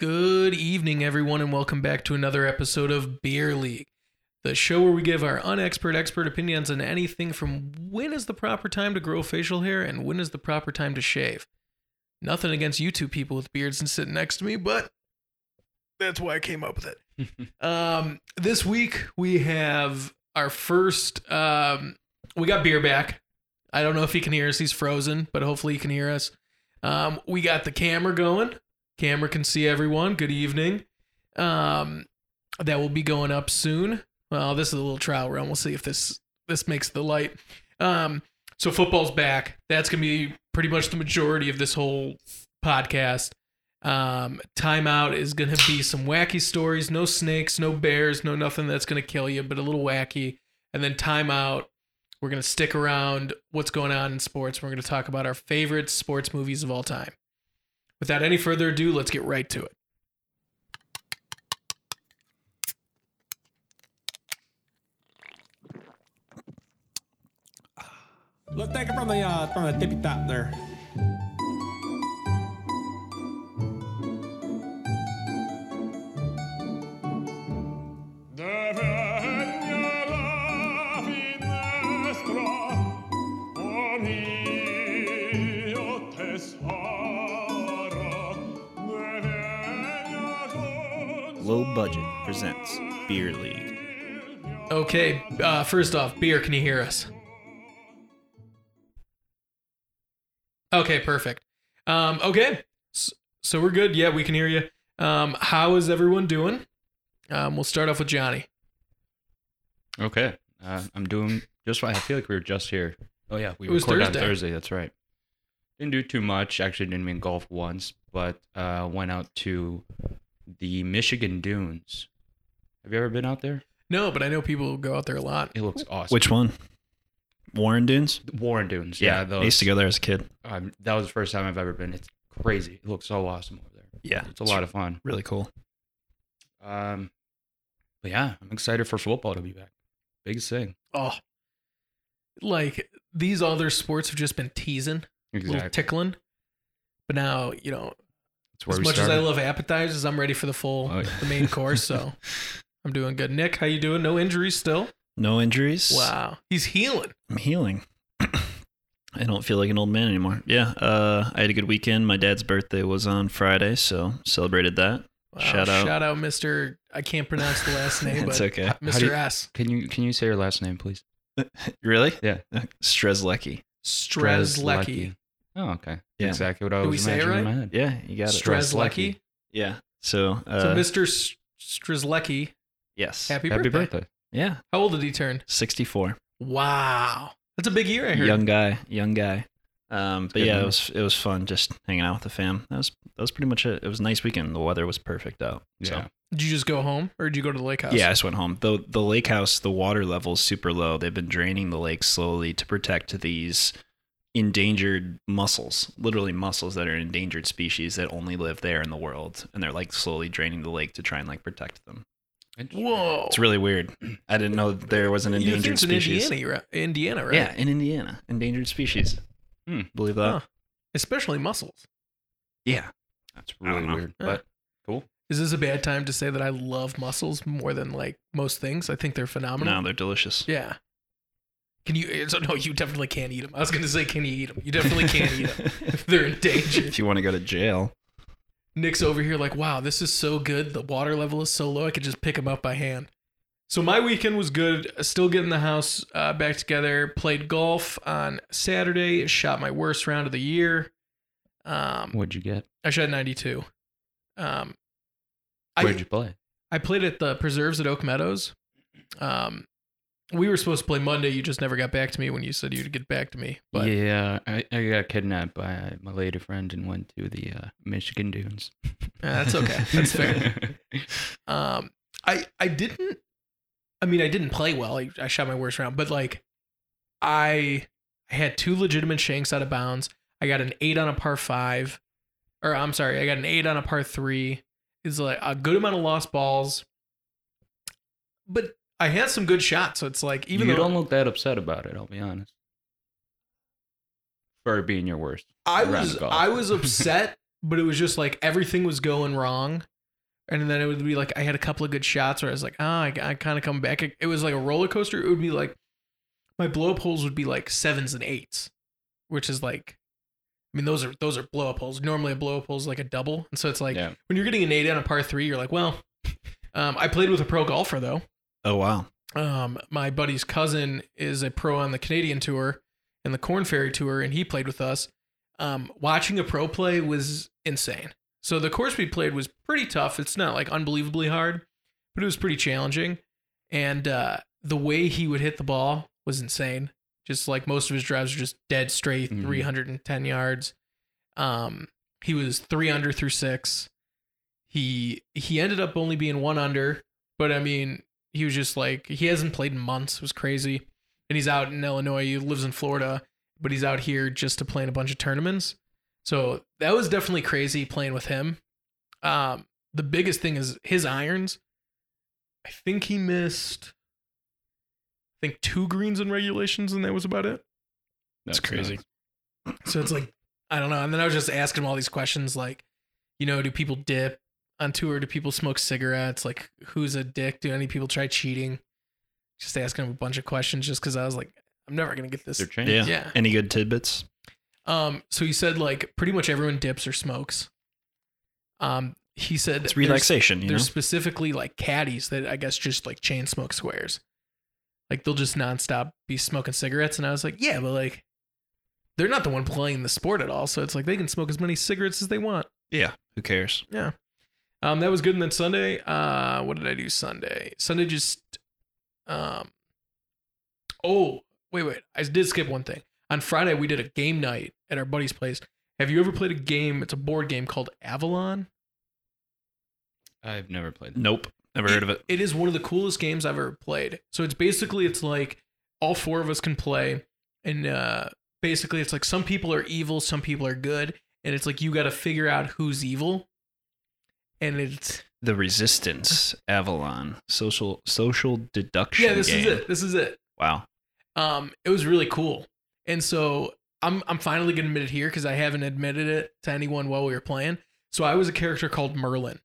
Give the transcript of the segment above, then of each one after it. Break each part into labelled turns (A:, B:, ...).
A: Good evening, everyone, and welcome back to another episode of Beer League, the show where we give our unexpert expert opinions on anything from when is the proper time to grow facial hair and when is the proper time to shave. Nothing against you two people with beards and sitting next to me, but that's why I came up with it. Um, this week we have our first. Um, we got beer back. I don't know if he can hear us. He's frozen, but hopefully he can hear us. Um, we got the camera going. Camera can see everyone. Good evening. Um, that will be going up soon. Well, this is a little trial run. We'll see if this this makes the light. Um, so football's back. That's gonna be pretty much the majority of this whole podcast. Um, timeout is going to be some wacky stories. No snakes, no bears, no nothing that's going to kill you, but a little wacky. And then timeout, we're going to stick around what's going on in sports. We're going to talk about our favorite sports movies of all time. Without any further ado, let's get right to it.
B: Look, take it from the uh, from the tippy top there.
C: Low Budget presents Beer League.
A: Okay, uh, first off, beer, can you hear us? Okay, perfect. Um, okay, S- so we're good. Yeah, we can hear you. Um, how is everyone doing? Um, we'll start off with Johnny.
C: Okay, uh, I'm doing just fine. I feel like we were just here. Oh yeah, we
A: It was
C: recorded
A: Thursday.
C: on Thursday. That's right. Didn't do too much. Actually, didn't even golf once, but uh, went out to the Michigan Dunes. Have you ever been out there?
A: No, but I know people go out there a lot.
C: It looks awesome.
D: Which one? Warren Dunes?
C: Warren Dunes? Yeah,
D: I used
C: those.
D: to go there as a kid.
C: um, that was the first time I've ever been. It's crazy. It looks so awesome over there.
D: Yeah,
C: It's a lot of fun.
D: really cool.
C: Um, but yeah, I'm excited for football to be back. Biggest thing.
A: Oh, like these other sports have just been teasing, a little tickling. But now, you know,
C: That's where
A: as
C: we
A: much
C: started.
A: as I love appetizers, I'm ready for the full,
C: Oh, yeah.
A: the main course. So I'm doing good. Nick, how you doing? No injuries still?
D: No injuries.
A: Wow, he's healing.
D: I'm healing. I don't feel like an old man anymore. Yeah, uh, I had a good weekend. My dad's birthday was on Friday, so celebrated that.
A: Wow,
D: Shout out.
A: shout out, Mister. I can't pronounce the last name,
D: it's
A: but
D: okay.
C: How do
A: Mister
C: you-
A: S.
C: Can you can you say your last name, please?
D: Really?
C: Yeah.
D: Strezlecki.
A: Strezlecki.
C: Oh, okay.
D: Yeah.
C: Exactly what I
A: Did we
C: was
A: say it
C: imagining in
A: right?
C: my head.
D: Yeah, you got it.
C: Stre-
A: Strezlecki.
C: Strzelecki.
D: yeah. So, uh,
A: So Mister Strezlecki,
D: yes.
A: happy,
C: Happy
A: birthday.
C: birthday.
D: Yeah,
A: How old did he turn?
D: 64.
A: Wow, that's a big year. I heard.
D: Young guy, young guy. Um, but
C: good
D: yeah,
C: number.
D: it was it was fun just hanging out with the fam. That was that was pretty much it. It was a nice weekend. The weather was perfect out. So.
C: Yeah.
A: Did you just go home, or did you go to the lake house?
D: Yeah, I just went home. The the lake house, the water level is super low. They've been draining the lake slowly to protect these endangered mussels, literally mussels that are an endangered species that only live there in the world. And they're like slowly draining the lake to try and like protect them.
C: Interesting.
A: Whoa.
D: It's really weird. I didn't know there was an
A: You think
D: endangered
A: it's
D: species.
A: In Indiana, right? Indiana, right?
D: Yeah, in Indiana. Endangered species.
C: Hmm.
D: Believe that?
A: Huh. Especially mussels.
D: Yeah.
C: That's
D: I don't
C: really
D: know.
C: weird.
A: Yeah.
C: But cool.
A: Is this a bad time to say that I love mussels more than like most things? I think they're phenomenal.
D: No, they're delicious.
A: Yeah. Can you? So no, you definitely can't eat them. I was gonna say, can you eat them? You definitely can't eat them. They're endangered.
D: If you want to go to jail,
A: Nick's over here like, wow, this is so good. The water level is so low, I could just pick them up by hand. So my weekend was good. Still getting the house uh, back together. Played golf on Saturday. Shot my worst round of the year. Um,
C: What'd you get?
A: I shot 92. Um,
C: Where'd
A: I,
C: you play?
A: I played at the preserves at Oak Meadows. Um, we were supposed to play Monday. You just never got back to me when you said you'd get back to me. But
C: yeah, I, I got kidnapped by my lady friend and went to the uh, Michigan Dunes.
A: Uh, that's okay. That's fair. Um, I I didn't. I mean, I didn't play well. I, I shot my worst round, but like, I I had two legitimate shanks out of bounds. I got an eight on a par five, or I'm sorry, I got an eight on a par three. It's like a good amount of lost balls, but I had some good shots. So it's like even
C: you
A: though
C: don't look that upset about it, I'll be honest. For it being your worst.
A: I
C: around
A: was
C: golf.
A: I was upset but it was just like everything was going wrong. And then it would be like I had a couple of good shots where I was like, ah, I, I kind of come back. It, it was like a roller coaster. It would be like my blow up holes would be like sevens and eights, which is like, I mean those are those are blow up holes. Normally a blow up hole is like a double, and so it's like
C: Yeah.
A: when you're getting an eight on a par three, you're like, well, um, I played with a pro golfer though
D: Oh wow.
A: um, my buddy's cousin is a pro on the Canadian tour and the Corn Ferry tour, and he played with us. Um, watching a pro play was insane. So the course we played was pretty tough. It's not like unbelievably hard, but it was pretty challenging. And uh, the way he would hit the ball was insane. Just like most of his drives are just dead straight,
C: Mhm.
A: 310 yards. Um, he was three under through six. He he ended up only being one under, but I mean, he was just like he hasn't played in months. It was crazy, and he's out in Illinois. He lives in Florida, but he's out here just to play in a bunch of tournaments. So that was definitely crazy playing with him. Um, the biggest thing is his irons. I think he missed, I think two greens in regulations, and that was about it.
D: That's crazy.
C: nuts.
A: So it's like, I don't know. And then I was just asking him all these questions like, you know, do people dip on tour? Do people smoke cigarettes? Like, who's a dick? Do any people try cheating? Just asking him a bunch of questions just because I was like, I'm never going to get this.
C: They're changed.
D: Yeah.
A: Yeah.
D: Any good tidbits?
A: Um, so he said, like, pretty much everyone dips or smokes. Um, he said,
D: It's
A: there's-
D: relaxation, you know.
A: there's specifically like caddies that I guess just like chain smoke squares. Like they'll just nonstop be smoking cigarettes. And I was like, yeah, but like they're not the one playing the sport at all. So it's like they can smoke as many cigarettes as they want.
D: Yeah. Who cares?
A: Um, that was good. And then Sunday, uh, what did I do Sunday? Sunday just, um, oh, wait, wait. I did skip one thing. On Friday, we did a game night at our buddy's place. Have you ever played a game? It's a board game called Avalon.
C: I've never played that.
D: Nope. Never heard of it.
A: It is one of the coolest games I've ever played. So it's basically it's like all four of us can play, and uh, basically it's like some people are evil, some people are good, and it's like you got to figure out who's evil. And it's
D: The Resistance, Avalon, social social deduction.
A: yeah, this is
D: game.
A: it. This is it.
D: Wow.
A: Um, it was really cool, and so I'm I'm finally gonna admit it here because I haven't admitted it to anyone while we were playing. So I was a character called Merlin,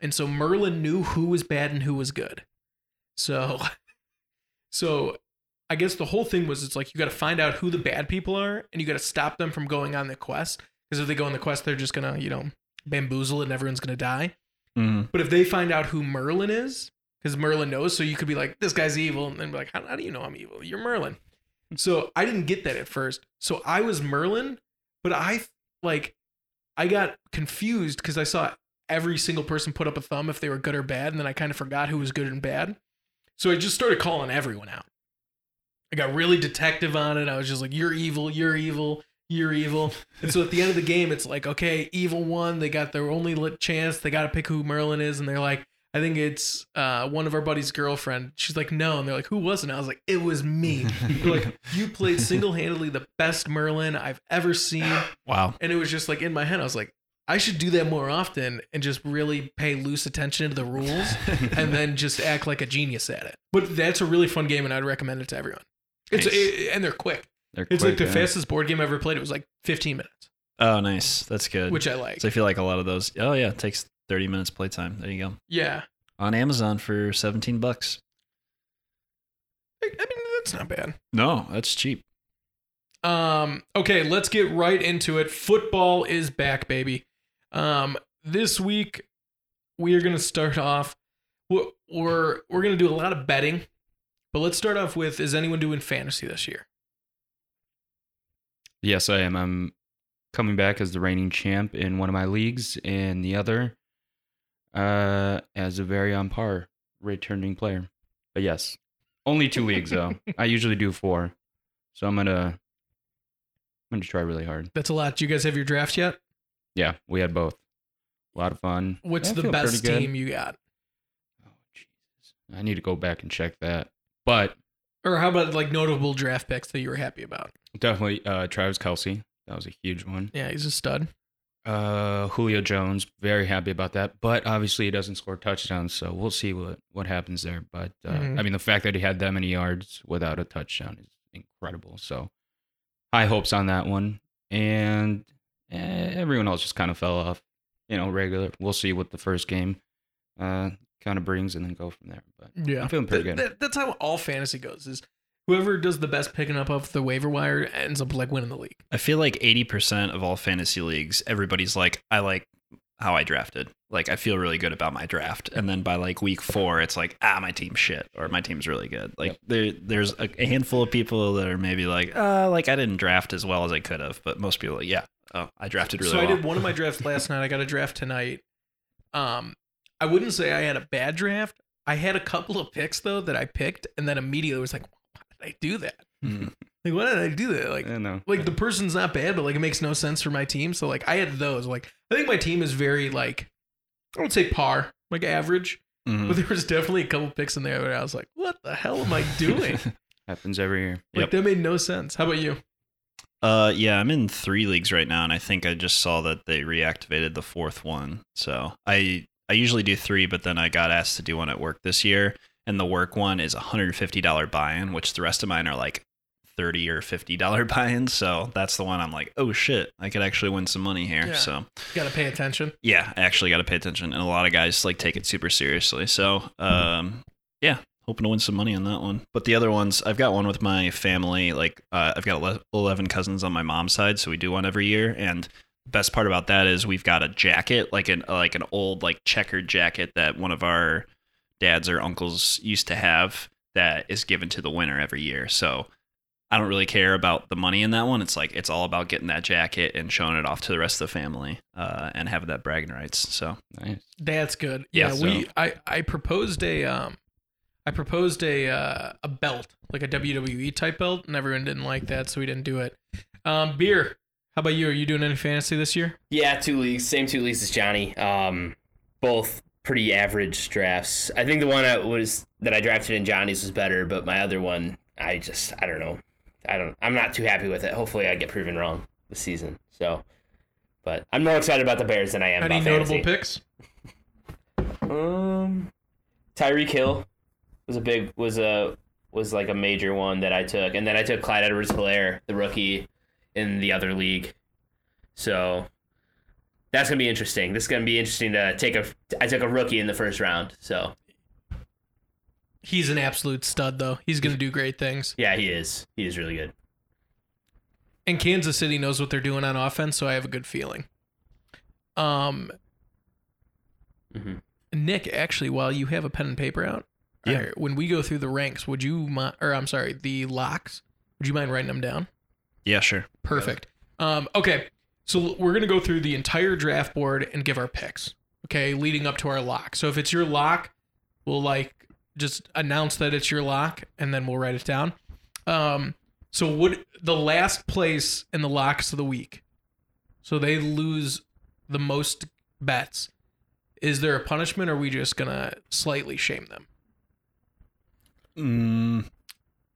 A: and so Merlin knew who was bad and who was good. So, so I guess the whole thing was it's like you got to find out who the bad people are, and you got to stop them from going on the quest. Because if they go on the quest, they're just gonna you know bamboozle it and everyone's gonna die.
D: Mm.
A: But if they find out who Merlin is, because Merlin knows, so you could be like, this guy's evil, and then be like, how, how do you know I'm evil? You're Merlin. So I didn't get that at first. So I was Merlin, but I like I got confused because I saw every single person put up a thumb if they were good or bad, and then I kind of forgot who was good and bad. So I just started calling everyone out. I got really detective on it. I was just like, you're evil, you're evil, you're evil. And so at the end of the game, it's like, okay, evil one, they got their only lit chance. They got to pick who Merlin is. And they're like, I think it's uh, one of our buddy's girlfriend. She's like, no. And they're like, who was it? And I was like, it was me. They're like, you played single handedly the best Merlin I've ever seen.
D: Wow.
A: And it was just like in my head, I was like, I should do that more often and just really pay loose attention to the rules and then just act like a genius at it. But that's a really fun game, and I'd recommend it to everyone. It's
D: Nice.
A: it, and they're quick.
C: They're
A: It's
C: quick,
A: like the
C: yeah.
A: fastest board game I ever played. It was like 15 minutes,
D: Oh, nice. That's good.
A: which I like.
D: so I feel like a lot of those. Oh yeah, it takes thirty minutes playtime. There you go.
A: yeah,
D: On Amazon for seventeen bucks.
A: I I mean that's not bad.
D: No, that's cheap.
A: Um, okay, let's get right into it. Football is back, baby. Um, this week we are gonna start off. We're we're, we're gonna do a lot of betting, but let's start off with: Is anyone doing fantasy this year?
C: Yes, I am. I'm coming back as the reigning champ in one of my leagues and the other uh, as a very on par returning player. But yes, only two leagues though. I usually do four. So I'm going to I'm going to try really hard.
A: That's a lot. Do you guys have your draft yet?
C: Yeah, we had both. A lot of fun.
A: What's
C: I
A: the
C: feel pretty
A: best
C: good.
A: team you got?
C: Oh Jesus. I need to go back and check that. But
A: Or how about like notable draft picks that you were happy about?
C: definitely uh Travis Kelsey. That was a huge one.
A: Yeah, he's a stud.
C: Uh, Julio Jones, very happy about that. But obviously, he doesn't score touchdowns, so we'll see what what happens there. But uh,
A: Mhm.
C: I mean, the fact that he had that many yards without a touchdown is incredible. So high hopes on that one. And eh, everyone else just kind of fell off. You know, regular. We'll see what the first game uh, kind of brings, and then go from there. But
A: Yeah.
C: I'm feeling pretty
A: Th-
C: good.
A: th- that's how all fantasy goes is whoever does the best picking up off the waiver wire ends up like winning the league.
D: I feel like 80% of all fantasy leagues, everybody's like, I like how I drafted. Like, I feel really good about my draft. And then by like week four, it's like, ah, my team's shit or my team's really good. Like, there, there's a, a handful of people that are maybe like, uh, like I didn't draft as well as I could have. But most people, are like, yeah, oh, I drafted really
A: so
D: well.
A: I did one of my drafts last night. I got a draft tonight. Um, I wouldn't say I had a bad draft. I had a couple of picks though that I picked, and then immediately was like, "Why did I do that?
D: Hmm.
C: Mm.
A: Like, why did I do that? Like,
C: I don't know.
A: like the person's not bad, but like it makes no sense for my team. So like I had those. Like I think my team is very like I would say par, like average,
D: Mhm.
A: but there was definitely a couple picks in there where I was like, "What the hell am I doing?"
C: happens every year.
A: Like
D: Yep.
A: that made no sense. How about you?
D: Uh, yeah, I'm in three leagues right now, and I think I just saw that they reactivated the fourth one. So I I usually do three, but then I got asked to do one at work this year, and the work one is $150 buy-in, which the rest of mine are like 30 or 50 dollar buy-ins. So that's the one I'm like, oh shit, I could actually win some money here.
A: Yeah.
D: So
A: Got to pay attention.
D: yeah, I actually got to pay attention, and a lot of guys like take it super seriously. So, um, yeah, hoping to win some money on that one. But the other ones, I've got one with my family. Like, uh, I've got ele- eleven cousins on my mom's side, so we do one every year. And the best part about that is we've got a jacket, like an like an old like checkered jacket that one of our dads or uncles used to have that is given to the winner every year. So I don't really care about the money in that one. It's like it's all about getting that jacket and showing it off to the rest of the family uh, and having that bragging rights. So
C: Nice.
A: That's good. Yeah,
D: Yeah,
A: we I I proposed a um I proposed a uh, a belt, like a WWE type belt, and everyone didn't like that, so we didn't do it. Um beer. How about you? Are you doing any fantasy this year?
E: Yeah, two leagues, same two leagues as Johnny. Um, both pretty average drafts. I think the one that was that I drafted in Johnny's was better, but my other one, I just I don't know. I don't. I'm not too happy with it. Hopefully, I get proven wrong this season. So, but I'm more excited about the Bears than I am
A: any
E: about
A: notable
E: fantasy.
A: picks?
E: Um, Tyreek Hill was a big was a was like a major one that I took, and then I took Clyde Edwards-Helaire, the rookie, in the other league. So that's gonna be interesting. This is gonna be interesting to take a. I took a rookie in the first round, so
A: He's an absolute stud though. He's gonna do great things.
E: yeah, he is. He is really good.
A: And Kansas City knows what they're doing on offense, so I have a good feeling. Um
E: Mhm.
A: Nick, actually, while you have a pen and paper out,
D: Yeah.
A: or when we go through the ranks, would you mind, or I'm sorry, the locks, would you mind writing them down?
D: yeah, sure.
A: Perfect. Um, okay, so we're gonna go through the entire draft board and give our picks. Okay, leading up to our lock. So if it's your lock, we'll like just announce that it's your lock, and then we'll write it down. Um, so what the last place in the locks of the week? So they lose the most bets. Is there a punishment, or are we just gonna slightly shame them?
D: Mm,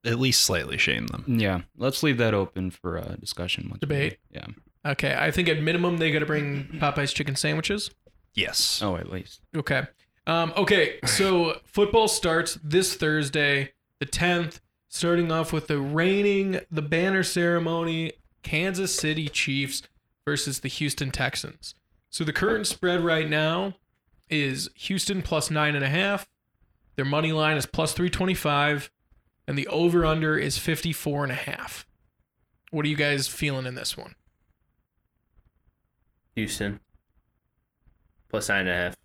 D: at least slightly shame them.
C: Yeah, let's leave that open for uh, discussion. once we-
A: Debate.
C: Yeah.
A: Okay, I think at minimum they gotta bring Popeye's chicken sandwiches.
D: Yes.
C: Oh, at least.
A: Okay. Um, okay, so football starts this Thursday, the 10th, starting off with the reigning, the banner ceremony, Kansas City Chiefs versus the Houston Texans. So the current spread right now is Houston plus nine and a half. Their money line is plus 325, and the over under is 54 and a half. What are you guys feeling in this one?
E: Houston plus nine and a half.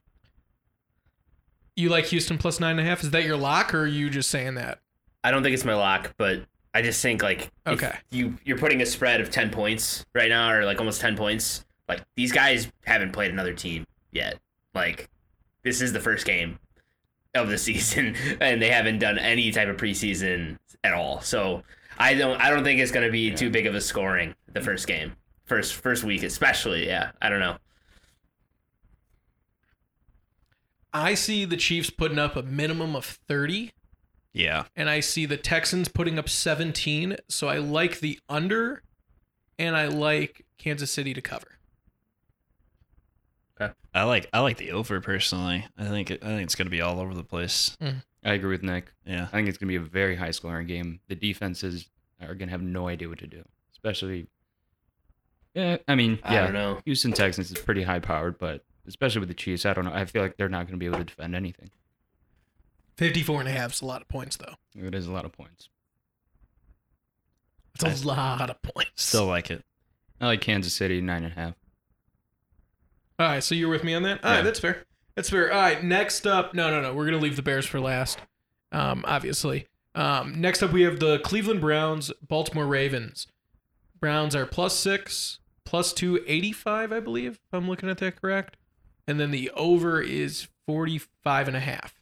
A: You like Houston plus nine and a half? Is that your lock, or are you just saying that?
E: I don't think it's my lock, but I just think like if
A: Okay.
E: you you're putting a spread of ten points right now, or like almost ten points. Like these guys haven't played another team yet. Like this is the first game of the season, and they haven't done any type of preseason at all. So I don't I don't think it's gonna be too big of a scoring the first game, first first week especially. Yeah, I don't know.
A: I see the Chiefs putting up a minimum of 30,
D: Yeah.
A: and I see the Texans putting up 17. So I like the under, and I like Kansas City to cover.
D: I like I like the over personally. I think it, I think it's gonna be all over the place.
C: I agree with Nick.
D: Yeah.
C: I think it's going to be a very high scoring game. The defenses are going to have no idea what to do, especially Yeah, I mean,
E: I don't
C: yeah,
E: know.
C: Houston Texans is pretty high powered, but especially with the Chiefs, I don't know. I feel like they're not going to be able to defend anything.
A: 54 and a half is a lot of points, though.
C: It is a lot of points.
A: It's a lot of points.
D: Still like it.
C: I like Kansas City nine and a half.
A: All right, so you're with me on that? All right,
C: Yeah.
A: that's fair. That's fair. All right, next up. No, no, no. We're going to leave the Bears for last, um, obviously. Um, next up, we have the Cleveland Browns, Baltimore Ravens. Browns are plus six, plus 285, I believe, if I'm looking at that correct. And then the over is 45 and a half.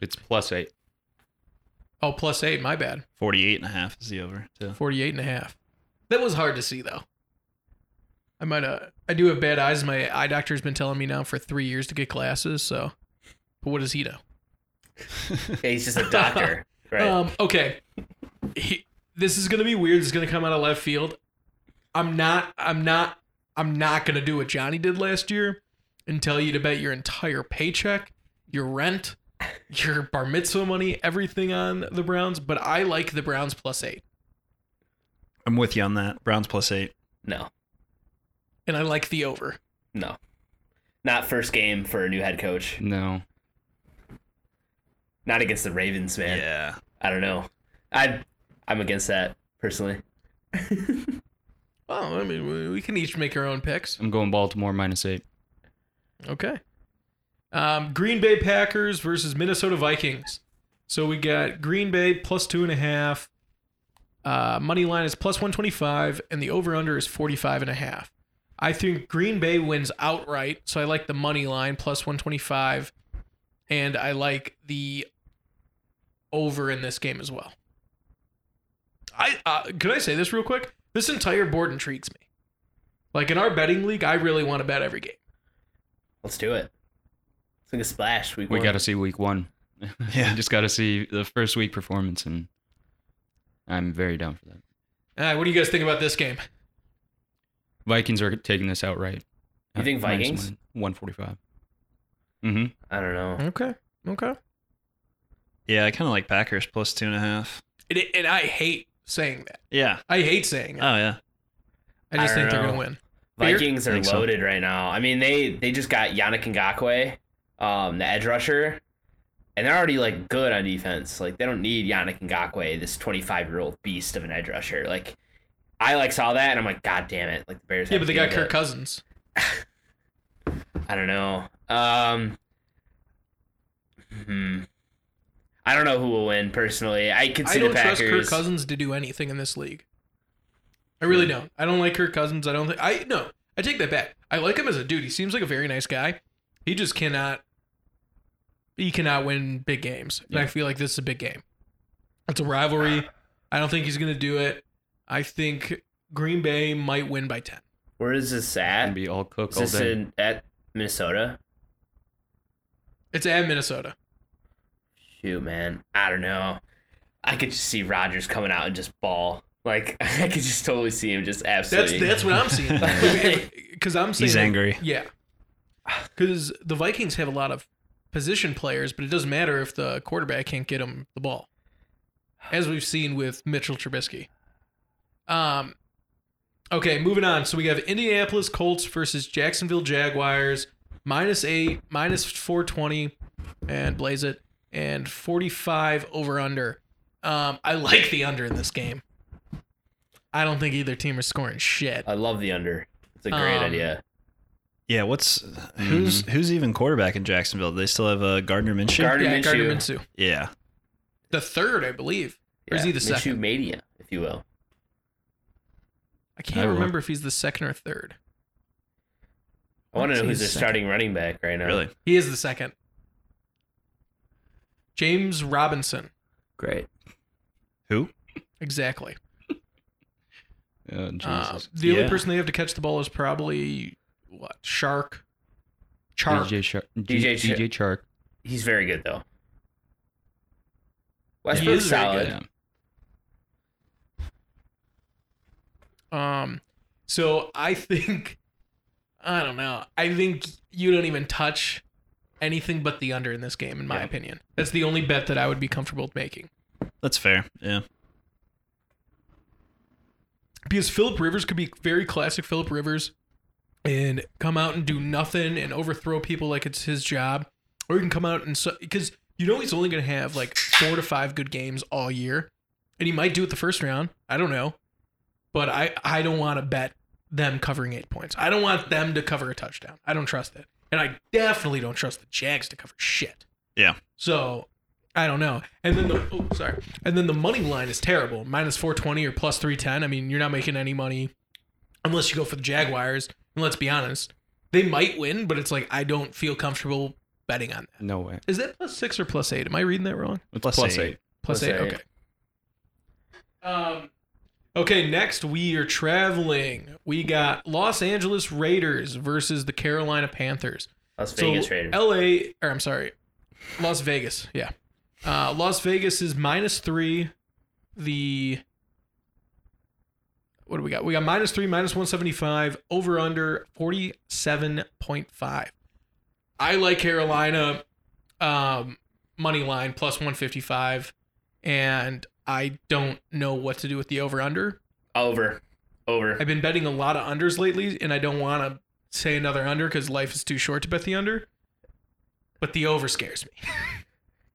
C: It's plus eight.
A: Oh, plus eight. My bad.
D: 48 and a half is the over, too.
A: 48 and a half. That was hard to see, though. I might uh I do have bad eyes. My eye doctor's been telling me now for three years to get glasses, so. But what does he know?
E: Yeah, he's just a doctor, right?
A: Um, okay. He, this is gonna be weird. This is gonna come out of left field. I'm not. I'm not. I'm not gonna do what Johnny did last year and tell you to bet your entire paycheck, your rent, your bar mitzvah money, everything on the Browns. But I like the Browns plus eight,
D: I'm with you on that. Browns plus eight.
E: no,
A: and I like the over.
E: no, not first game for a new head coach.
C: No,
E: Not against the Ravens, man.
D: Yeah.
E: I don't know. I I'm against that personally.
A: Oh, I mean, we- we can each make our own picks.
C: I'm going Baltimore minus eight.
A: Okay. Um, Green Bay Packers versus Minnesota Vikings. So we got Green Bay plus two and a half. Uh, money line is plus 125, and the over under is 45 and a half. I think Green Bay wins outright. So I like the money line plus 125. And I like the over in this game as well. I uh, Could I say this real quick? This entire board intrigues me. Like in our betting league, I really want to bet every game.
E: Let's do it. Let's make a splash. Week
C: We
E: one.
C: got to see week one.
D: Yeah.
C: we just got to see the first week performance, and I'm very down for that.
A: All right, what do you guys think about this game?
C: Vikings are taking this outright.
E: You think
C: Minus
E: Vikings?
C: One forty-five. Mm-hmm.
E: I don't know.
A: Okay, okay.
D: Yeah, I kind of like Packers plus two and a half.
A: And, and I hate saying that.
D: Yeah.
A: I hate saying it.
D: Oh, yeah.
A: I just
E: I
A: think
E: don't
A: they're
E: know.
A: gonna win. Beer?
E: Vikings are
D: Think so.
E: loaded right now. I mean, they they just got Yannick Ngakwe, um, the edge rusher, and they're already like good on defense. Like they don't need Yannick Ngakwe, this 25 year old beast of an edge rusher. Like I like saw that and I'm like, God damn it! Like the Bears.
A: Yeah,
E: have
A: but they
E: to
A: got
E: deal with
A: Kirk Cousins.
E: it. I don't know. Um, hmm. I don't know who will win personally. I could see
A: I don't
E: the
A: trust
E: Packers.
A: Kirk Cousins to do anything in this league. I
E: Hmm.
A: really don't. I don't like Kirk Cousins. I don't think I no. I take that back. I like him as a dude. He seems like a very nice guy. He just cannot. He cannot win big games, and I
C: Yeah.
A: feel like this is a big game. It's a rivalry. I don't think he's gonna do it. I think Green Bay might win by ten.
E: Where is this
C: Gonna
E: at?
C: be all cook
E: Is
C: all
E: this
C: day.
E: in, at Minnesota?
A: It's at Minnesota.
E: Shoot, man. I don't know. I could just see Rogers coming out and just ball. Like I could just totally see him just
A: That's
E: absolutely.
A: that's what I'm seeing. Because I'm saying
D: He's angry.
A: Yeah, because the Vikings have a lot of position players, but it doesn't matter if the quarterback can't get him the ball, as we've seen with Mitchell Trubisky. Um, okay, moving on. So we have Indianapolis Colts versus Jacksonville Jaguars, minus eight, minus four twenty, and blaze it, and forty five over under. Um, I like the under in this game. I don't think either team is scoring shit.
E: I love the under. It's a great
A: Um,
E: idea.
D: Yeah, what's who's who's even quarterback in Jacksonville? Do they still have uh, Gardner Minshew?
E: Gardner
A: Yeah,
E: Minshew.
A: Gardner Minshew.
D: yeah,
A: The third, I believe. Or is
E: Yeah,
A: he the
E: Minshew
A: second?
E: Mania, if you will.
A: I can't
C: I will.
A: remember if he's the second or third.
E: I want to
A: Let's
E: know
A: see
E: who's their
A: his second.
E: starting running back right now.
D: really.
A: He is the second. James Robinson.
E: Great.
D: Who?
A: Exactly.
C: Oh, Jesus.
A: Uh, the only
D: Yeah.
A: person they have to catch the ball is probably what? Shark. Chark.
C: DJ Shark.
E: DJ Shark.
C: DJ Chark.
E: He's very good though.
A: He
E: Westbrook's
A: is very
E: solid.
A: good.
C: Yeah.
A: Um so I think I don't know. I think you don't even touch anything but the under in this game, in my
D: Yeah.
A: opinion. That's the only bet that I would be comfortable with making.
D: That's fair. Yeah,
A: because Philip Rivers could be very classic Philip Rivers and come out and do nothing and overthrow people like it's his job, or he can come out and because you know he's only going to have like four to five good games all year, and he might do it the first round. I don't know, but I I don't want to bet them covering eight points. I don't want them to cover a touchdown. I don't trust it, and I definitely don't trust the Jags to cover shit.
D: Yeah.
A: So. I don't know. And then the oh, sorry. And then the money line is terrible. Minus 420 or plus 310. I mean, you're not making any money unless you go for the Jaguars. And let's be honest, they might win, but it's like I don't feel comfortable betting on that.
C: No way.
A: Is that plus six or plus eight? Am I reading that wrong?
C: It's
D: Plus
C: plus
D: eight.
C: eight.
A: Plus,
E: Plus
A: eight.
E: eight.
A: Okay. Um. Okay. Next, we are traveling. We got Los Angeles Raiders versus the Carolina Panthers.
E: Las Vegas Raiders.
A: LA, or I'm sorry, Las Vegas. Yeah. Uh, Las Vegas is minus three. The. What do we got? We got minus three, minus 175, over under 47.5. I like Carolina um, money line plus 155, and I don't know what to do with the over under.
E: over, over.
A: I've been betting a lot of unders lately, and I don't want to say another under because life is too short to bet the under. But the over scares me.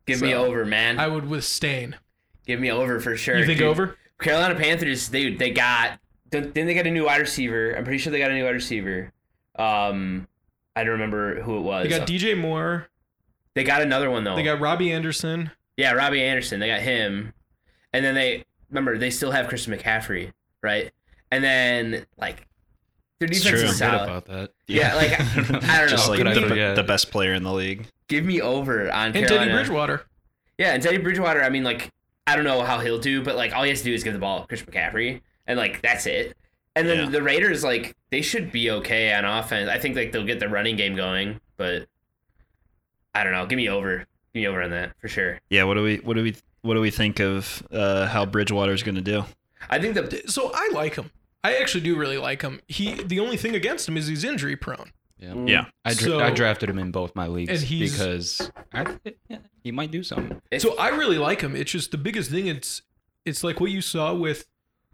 E: Give me
A: so-
E: over, man.
A: I would withstand.
E: Give me over for sure.
A: you think
E: Hmm. dude.
A: over?
E: Carolina Panthers, they they got didn't didn't they got a new wide receiver. I'm pretty sure they got a new wide receiver. Um, I don't remember who it was.
A: They got DJ Moore.
E: They got another one though.
A: They got Robbie Anderson.
E: yeah, Robbie Anderson. They got him, and then they remember they still have Christian McCaffrey, right? And then like their defense
D: true.
E: is
C: Forget
E: solid.
C: about that.
E: Yeah, like I don't know.
D: Just like
E: give,
C: I
E: me,
C: don't-
D: the,
C: forget.
D: the best player in the league.
E: give me over on
A: And Teddy
E: Carolina.
A: Bridgewater.
E: Yeah, and Teddy Bridgewater, I mean, like, I don't know how he'll do, but like, all he has to do is give the ball to Chris McCaffrey, and like, that's it. And then
D: Yeah.
E: the Raiders, like, they should be okay on offense. I think like they'll get the running game going, but I don't know. Give me over, give me over on that for sure.
D: Yeah, what do we what do we what do we think of uh, how Bridgewater's going to do?
E: I think the
A: So I like him. I actually do really like him. He the only thing against him is he's injury prone.
C: Yeah.
D: Yeah.
C: I, dra-
A: So-
C: I drafted him in both my leagues
A: And he's-
C: because I, yeah, he might do something.
E: If-
A: So I really like him. It's just the biggest thing. It's it's like what you saw with,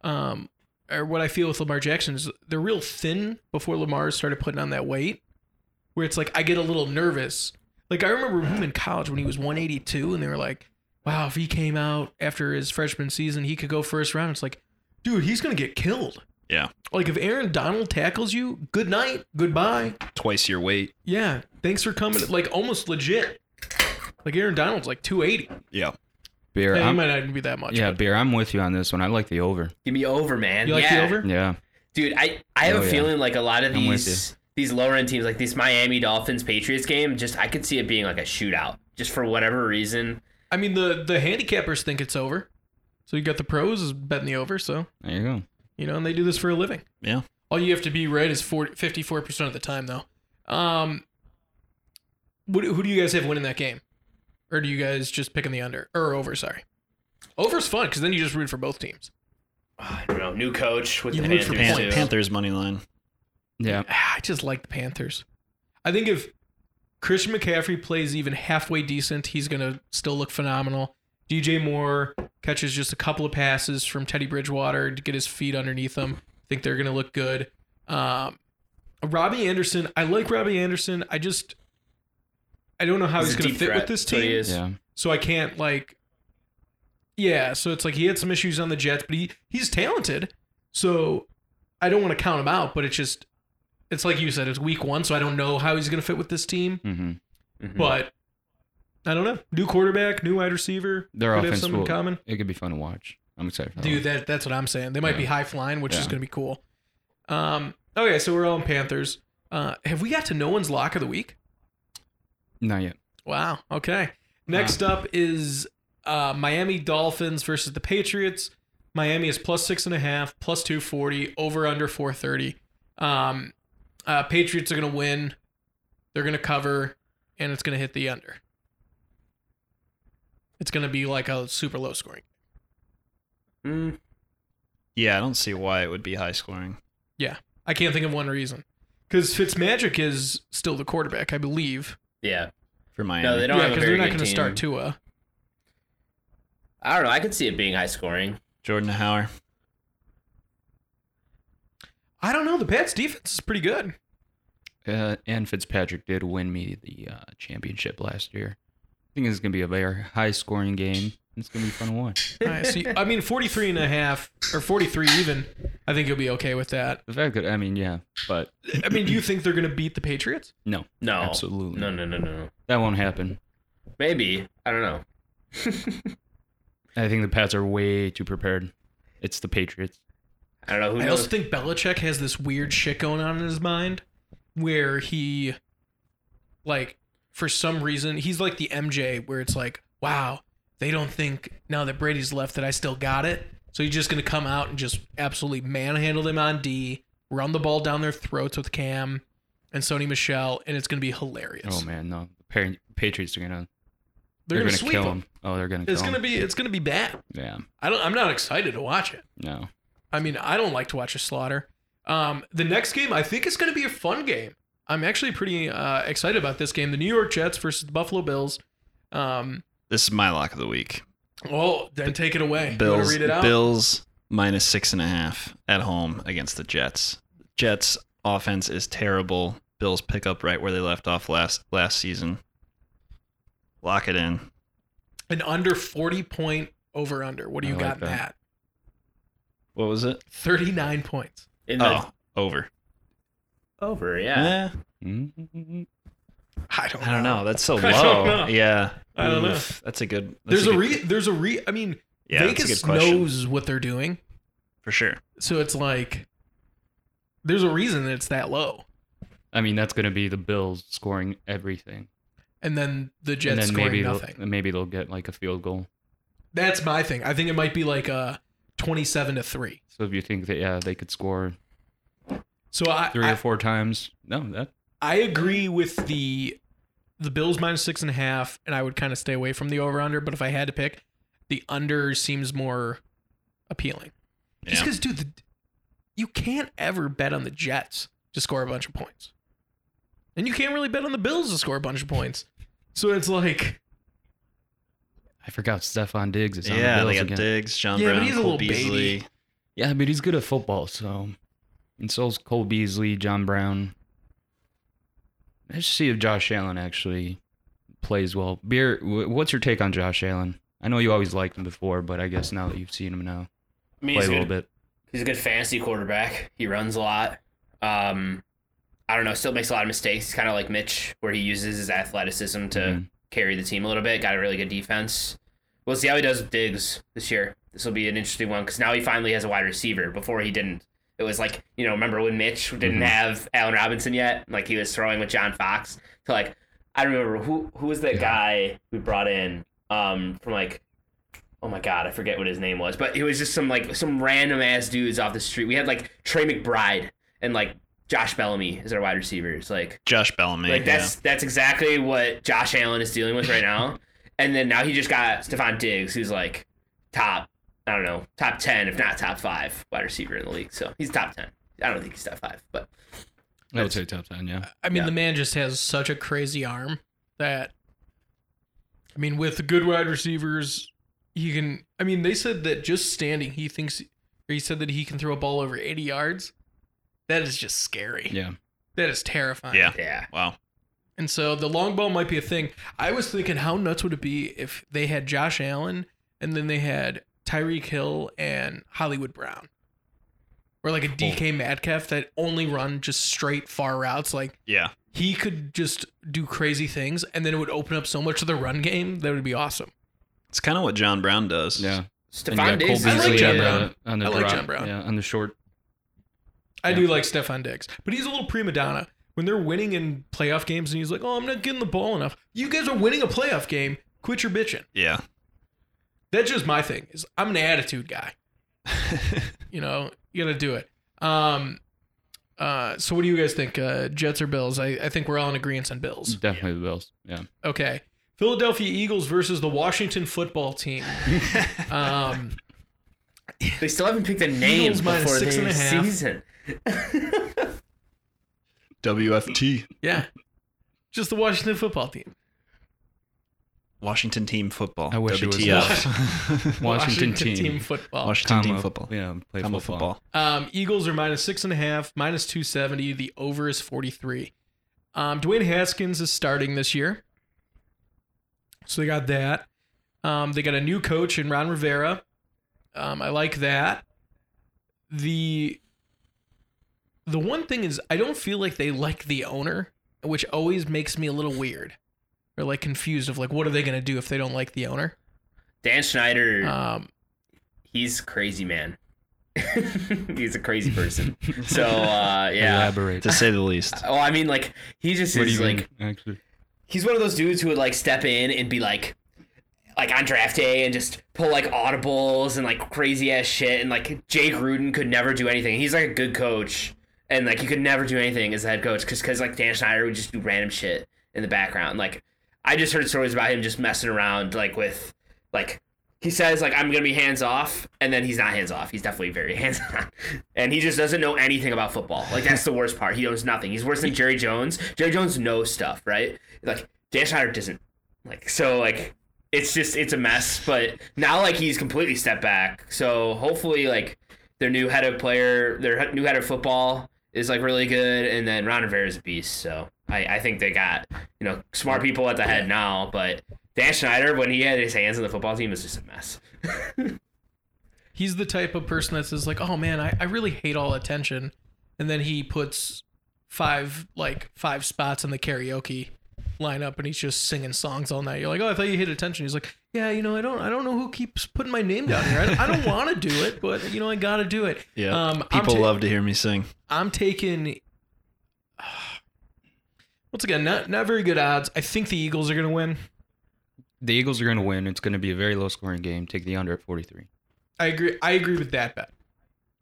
A: um, or what I feel with Lamar Jackson is they're real thin before Lamar started putting on that weight, where it's like I get a little nervous. Like I remember him in college when he was 182, and they were like, "Wow, if he came out after his freshman season, he could go first round." It's like, dude, he's gonna get killed.
D: Yeah.
A: Like if Aaron Donald tackles you, good night, goodbye.
D: Twice your weight.
A: Yeah, thanks for coming. Like almost legit. Like Aaron Donald's like 280.
D: Yeah.
C: Beer,
A: Yeah, he
C: I'm,
A: might not even be that much.
C: yeah, beer. I'm with you on this one. I like the over.
E: give me over, man.
A: You like
E: yeah.
A: the over?
C: Yeah,
E: dude. I I have
C: Oh,
E: a
C: yeah.
E: feeling like a lot of
C: I'm with
E: these these lower end teams, like this Miami Dolphins Patriots game, just I could see it being like a shootout, just for whatever reason.
A: I mean, the the handicappers think it's over, so you got the pros is betting the over. So
C: there you go.
A: you know, and they do this for a living.
D: Yeah.
A: All you have to be right is 54 percent of the time, though. Um, what, who do you guys have winning that game, or do you guys just pick in the under or over? Sorry, over's fun because then you just root for both teams.
E: I don't know. New coach with
A: You
E: the
A: root for
E: Panthers.
A: Pan-
E: too.
D: Pan- Panthers money line.
C: Yeah,
A: I just like the Panthers. I think if Christian McCaffrey plays even halfway decent, he's going to still look phenomenal. DJ Moore catches just a couple of passes from Teddy Bridgewater to get his feet underneath him. I think they're going to look good. Um, Robbie Anderson, I like Robbie Anderson. I just, I don't know how he's,
E: a
A: going to
E: deep
A: fit with
E: threat.
A: this
E: That's what he
A: team
E: is.
C: yeah.
A: so I can't like yeah, so it's like he had some issues on the Jets, but he he's talented. So I don't want to count him out, but it's just it's like you said, it's week 1, so I don't know how he's going to fit with this team,
C: hmm
E: Mhm.
A: but I don't know. New quarterback, new wide receiver,
C: Their
A: could have
C: offense
A: something in
C: will-
A: common.
C: It could be fun to watch. I'm excited. For that
A: Dude,
C: one.
A: that that's what I'm saying. They might be
C: Yeah.
A: high flying, which is
C: Yeah.
A: going to be cool. Um okay, so we're all in Panthers. Uh have we got to no one's lock of the week?
C: Not yet.
A: Wow. Okay. Next up is uh, Miami Dolphins versus the Patriots. Miami is plus six and a half, plus two forty, over under four thirty. Um, uh, Patriots are gonna win. They're gonna cover, and it's gonna hit the under. It's gonna be like a super low scoring.
E: Mm.
D: Yeah, I don't see why it would be high scoring.
A: I can't think of one reason. Because Fitzmagic is still the quarterback, I believe.
E: Yeah.
D: for Miami.
E: No, they don't
A: yeah,
E: have a
A: because
E: very
A: they're not
E: good
A: gonna
E: team.
A: start Tua.
E: I don't know. I could see it being high scoring.
D: Jordan Howard.
A: I don't know. The Pats defense is pretty good.
C: Uh, and Fitzpatrick did win me the uh, championship last year. I think it's going to be a very high scoring game. It's going to be fun to watch.
A: I see. I mean, 43 and a half or 43 even. I think you'll be okay with that.
C: The fact that, I mean, yeah, but
A: I mean, do you think they're going to beat the Patriots?
C: no,
E: No.
C: Absolutely.
E: No, no, no, no. no.
C: that won't happen.
E: Maybe. I don't know.
C: I think the Pats are way too prepared. It's the Patriots.
E: I don't know who
A: I
E: knows.
A: also think Belichick has this weird shit going on in his mind where he, like, for some reason, he's like the MJ where it's like, wow, they don't think now that Brady's left that I still got it. So he's just going to come out and just absolutely manhandle them on D, run the ball down their throats with Cam and Sony Michelle, and it's going to be hilarious.
C: Oh man, no, the Pa- Patriots are gonna
A: They're, going to sweep
C: gonna kill
A: them.
C: them. Oh, they're gonna
A: It's
C: kill
A: going to
C: 'em.
A: be it's going to be bad.
C: Yeah,
A: I don't. I'm not excited to watch it.
C: no,
A: I mean, I don't like to watch a slaughter. Um, the next game, I think, is going to be a fun game. I'm actually pretty uh, excited about this game: the New York Jets versus the Buffalo Bills. Um,
D: This is my lock of the week.
A: well, then take it away. You want to
D: Bills,
A: read it out?
D: Bills minus six and a half at home against the Jets. Jets offense is terrible. Bills pick up right where they left off last last season. Lock it in.
A: An under 40 point over under. What do
C: I
A: you
C: like
A: got in
C: that.
A: that?
D: What was it?
A: 39 points.
E: In the
D: Oh, over.
E: over, yeah.
D: Eh,
C: Mhm.
A: I don't.
D: I don't know. That's so low.
A: I don't know.
D: Yeah.
A: I don't know.
D: That's a good. that's
A: There's a
D: good-
A: re. There's a re. I mean,
D: Yeah, that's a good
A: Vegas
D: question
A: knows what they're doing,
D: for sure.
A: so it's like there's a reason it's that low.
C: I mean that's gonna be the Bills scoring everything,
A: And then the
C: and
A: Jets
C: then
A: scoring
C: maybe
A: nothing.
C: They'll, maybe they'll get like a field goal.
A: That's my thing. I think it might be like a 27 to 3.
C: So if you think that yeah they could score
A: So I
C: three or
A: I,
C: four times, no, that
A: I agree with the the Bills minus six and a half, and I would kind of stay away from the over under, but if I had to pick, the under seems more appealing. Just
D: Yeah.
A: because, dude, the, you can't ever bet on the Jets to score a bunch of points. And you can't really bet on the Bills to score a bunch of points. So it's like,
C: I forgot Stefan Diggs is on
D: Yeah,
C: the
D: they
C: Bills
D: got
C: again.
D: Diggs, John
A: Yeah, but
D: Brown,
A: he's a
D: Cole
A: little baby.
D: Beasley.
C: Yeah, but he's good at football, so and so's Cole Beasley, John Brown. Let's see if Josh Allen actually plays well. Beer, wh- what's your take on Josh Allen? I know you always liked him before, but I guess now that you've seen him now,
E: I
C: play
E: mean,
C: a
E: he's
C: little
E: good,
C: bit.
E: he's a good fantasy quarterback. He runs a lot. Um, I don't know. Still makes a lot of mistakes. He's kind of like Mitch, where he uses his athleticism to
C: Mhm.
E: carry the team a little bit. Got a really good defense. We'll see how he does with Diggs this year. This will be an interesting one because now he finally has a wide receiver. Before he didn't. It was like you know, remember when Mitch didn't
C: Mhm.
E: have Allen Robinson yet? Like he was throwing with John Fox to like I remember who who was that
C: Yeah.
E: guy we brought in um from like oh my god I forget what his name was, but it was just some like some random ass dudes off the street. We had like Trey McBride and like Josh Bellamy as our wide receivers. Like
D: Josh Bellamy.
E: like that's that's exactly what Josh Allen is dealing with right now. and then now he just got Stephon Diggs, who's like top, I don't know, top ten, if not top five wide receiver in the league. So he's top ten. I don't think he's top five, but
C: I would say top ten, yeah.
A: I mean,
E: Yeah.
A: the man just has such a crazy arm that, I mean, with good wide receivers, he can. I mean, they said that just standing, he thinks, or he said that he can throw a ball over 80 yards. That is just scary.
C: Yeah.
A: That is terrifying.
D: yeah. yeah.
E: yeah.
D: Wow.
A: And so the long ball might be a thing. I was thinking, how nuts would it be if they had Josh Allen and then they had Tyreek Hill and Hollywood Brown? Or like a DK Metcalf that only run just straight far routes, like
D: Yeah.
A: he could just do crazy things and then it would open up so much of the run game that would be awesome.
D: It's kind of what John Brown does.
C: Yeah. And you
E: Stephon
C: got Cole
E: Diggs is
A: I like
C: Beasley
A: John
C: on
A: Brown.
C: the, on the
A: I like
C: drop-
A: John Brown.
C: Yeah, on the short.
A: I
C: Yeah.
A: do like Stefan Diggs, but he's a little prima donna. When they're winning in playoff games and he's like, "Oh, I'm not getting the ball enough." You guys are winning a playoff game. Quit your bitching.
D: Yeah.
A: That's just my thing. Is I'm an attitude guy. you know, you got to do it. Um uh, so what do you guys think? Uh, Jets or Bills? I, I think we're all in agreement on Bills.
C: Definitely the Bills. Yeah.
A: Okay. Philadelphia Eagles versus the Washington football team. Um,
E: They still haven't picked a name
A: Eagles minus
E: before
A: six
E: the
A: and a half.
E: season.
D: WFT.
A: Yeah. Just the Washington football team.
D: Washington team football.
C: I wish it was
D: WTF.
C: Washington, team.
A: football.
D: Washington team
C: Comma-
D: football.
C: Yeah, play
D: Comma
C: football.
D: football.
A: Um, Eagles are minus six and a half, minus 270. The over is 43. Um, Dwayne Haskins is starting this year. So they got that. Um, they got a new coach in Ron Rivera. Um, I like that. The the one thing is I don't feel like they like the owner, which always makes me a little weird or like confused of like what are they gonna do if they don't like the owner?
E: Dan
C: Oh,
E: Schneider,
A: Um,
E: he's crazy man. he's a crazy person. so uh, yeah.
C: Elaborate.
D: To say the least.
E: Oh, I mean, like he just
C: What do
E: is
C: you
E: like
C: mean, actually?
E: he's one of those dudes who would like step in and be like like on draft day and just pull like audibles and like crazy ass shit and like Jay Gruden could never do anything. He's like a good coach and like he could never do anything as a head coach because because like Dan Schneider would just do random shit in the background. Like I just heard stories about him just messing around like with like he says like I'm gonna be hands off and then he's not hands off. He's definitely very hands on and he just doesn't know anything about football. Like that's the worst part. He knows nothing. He's worse than Jerry Jones. Jerry Jones knows stuff, right? Like Dan Schneider doesn't. Like so, like it's just it's a mess. But now, like he's completely stepped back. So hopefully, like their new head of player, their new head of football is like really good, and then Ron Rivera is a beast. So I I think they got you know smart people at the head now, but. Dan Schneider, when he had his hands on the football team, was just a mess.
A: he's the type of person that's just like, oh man, I, I really hate all attention. And then he puts five like five spots in the karaoke lineup and he's just singing songs all night. You're like, oh, I thought you hate attention. He's like, yeah, you know, I don't I don't know who keeps putting my name down here. I, I don't want to do it, but you know, I gotta do it.
D: Yeah.
A: Um, I'm
D: People
A: ta-
D: love to hear me sing.
A: I'm taking. Once again, not not very good odds. I think the Eagles are gonna win.
C: The Eagles are going to win. It's going to be a very low scoring game. Take the under at 43.
A: I agree. I agree with that bet.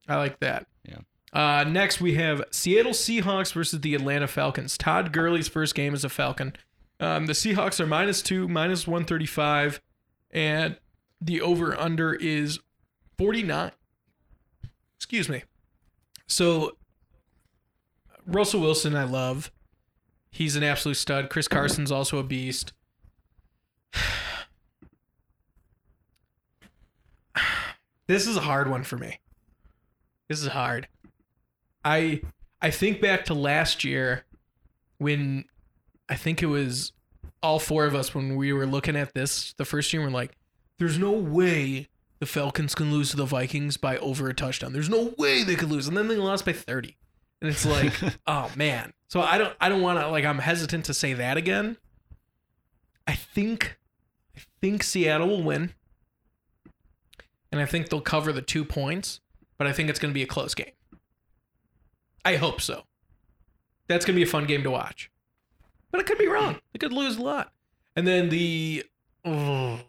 A: I like that.
C: Yeah.
A: Uh, next we have Seattle Seahawks versus the Atlanta Falcons. Todd Gurley's first game as a Falcon. Um, the Seahawks are minus two, minus one thirty-five, and the over/under is forty-nine. Excuse me. So Russell Wilson, I love. He's an absolute stud. Chris Carson's also a beast. This is a hard one for me. This is hard. I I think back to last year when I think it was all four of us when we were looking at this the first year we're like there's no way the Falcons can lose to the Vikings by over a touchdown. There's no way they could lose and then they lost by 30. And it's like, oh man. So I don't I don't want to like I'm hesitant to say that again. I think I think Seattle will win and I think they'll cover the two points, but I think it's going to be a close game. I hope so. That's going to be a fun game to watch. But it could be wrong. They could lose a lot. And then the. oh.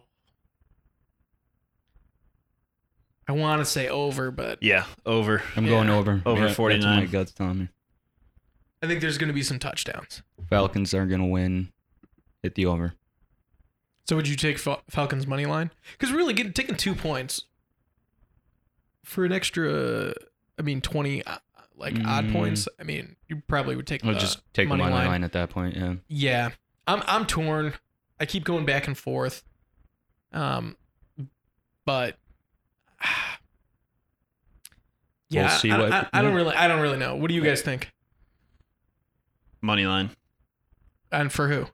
A: I want to say over, but
D: Yeah. Over.
C: I'm going
A: Yeah.
C: over.
D: Over
C: that's what
D: 49.
C: my gut's telling me.
A: I think there's going to be some touchdowns.
C: Falcons are going to win. Hit the over.
A: So would you take Fal- Falcons money line? Because really, getting taking two points for an extra, I mean, twenty uh, like odd
C: Mm.
A: points. I mean, you probably would take.
C: I'll
A: the
C: just Uh, take
A: money
C: the money
A: line.
C: line. at that point. Yeah.
A: Yeah, I'm I'm torn. I keep going back and forth. Um, but yeah,
C: We'll see
A: I,
C: what-
A: I, I don't really I don't really know. What do you guys think?
D: Money line.
A: And for who?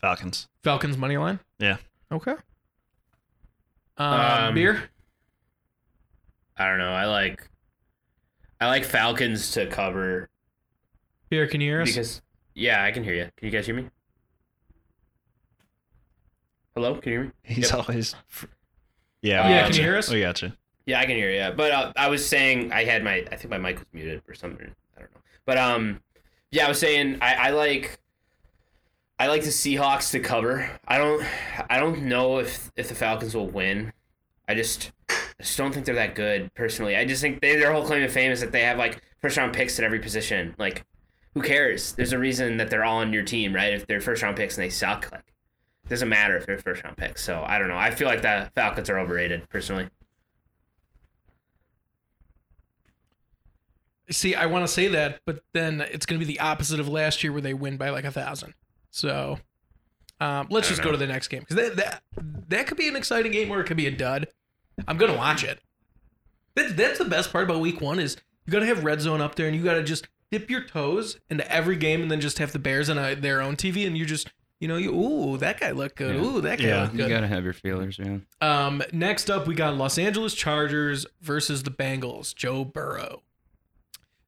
D: Falcons.
A: Falcons money line.
D: Yeah.
A: Okay. Um,
E: Um,
A: beer.
E: I don't know. I like, I like Falcons to cover
A: Beer. Can you hear us?
E: Because yeah, I can hear you. Can you guys hear me? Hello, can you hear me?
D: He's always. fr- Yeah. we
E: Yeah, can
D: gotcha.
A: Oh, you hear us?
D: We gotcha.
E: Yeah, I can hear you. Yeah, but uh, I was saying I had my I think my mic was muted or something. I don't know. But um, yeah, I was saying I, I like I like the Seahawks to cover. I don't I don't know if if the Falcons will win. I just I just don't think they're that good personally. I just think they, their whole claim to fame is that they have like first round picks at every position. Like, who cares? There's a reason that they're all on your team, right? If they're first round picks and they suck, like it doesn't matter if they're first round picks. So I don't know. I feel like the Falcons are overrated personally.
A: See, I want to say that, but then it's going to be the opposite of last year where they win by like a thousand. So Um, let's
E: I
A: just go
E: don't
A: to the next game because that, that that could be an exciting game or it could be a dud. I'm gonna watch it. That, that's the best part about week one is you gotta have red zone up there and you gotta just dip your toes into every game and then just have the Bears on a, their own TV and you just you know you ooh that guy looked good
C: Yeah.
A: ooh that guy
D: Yeah.
A: looked
C: You
A: good.
C: gotta have your feelers, yeah.
A: Um, next up, we got Los Angeles Chargers versus the Bengals, Joe Burrow.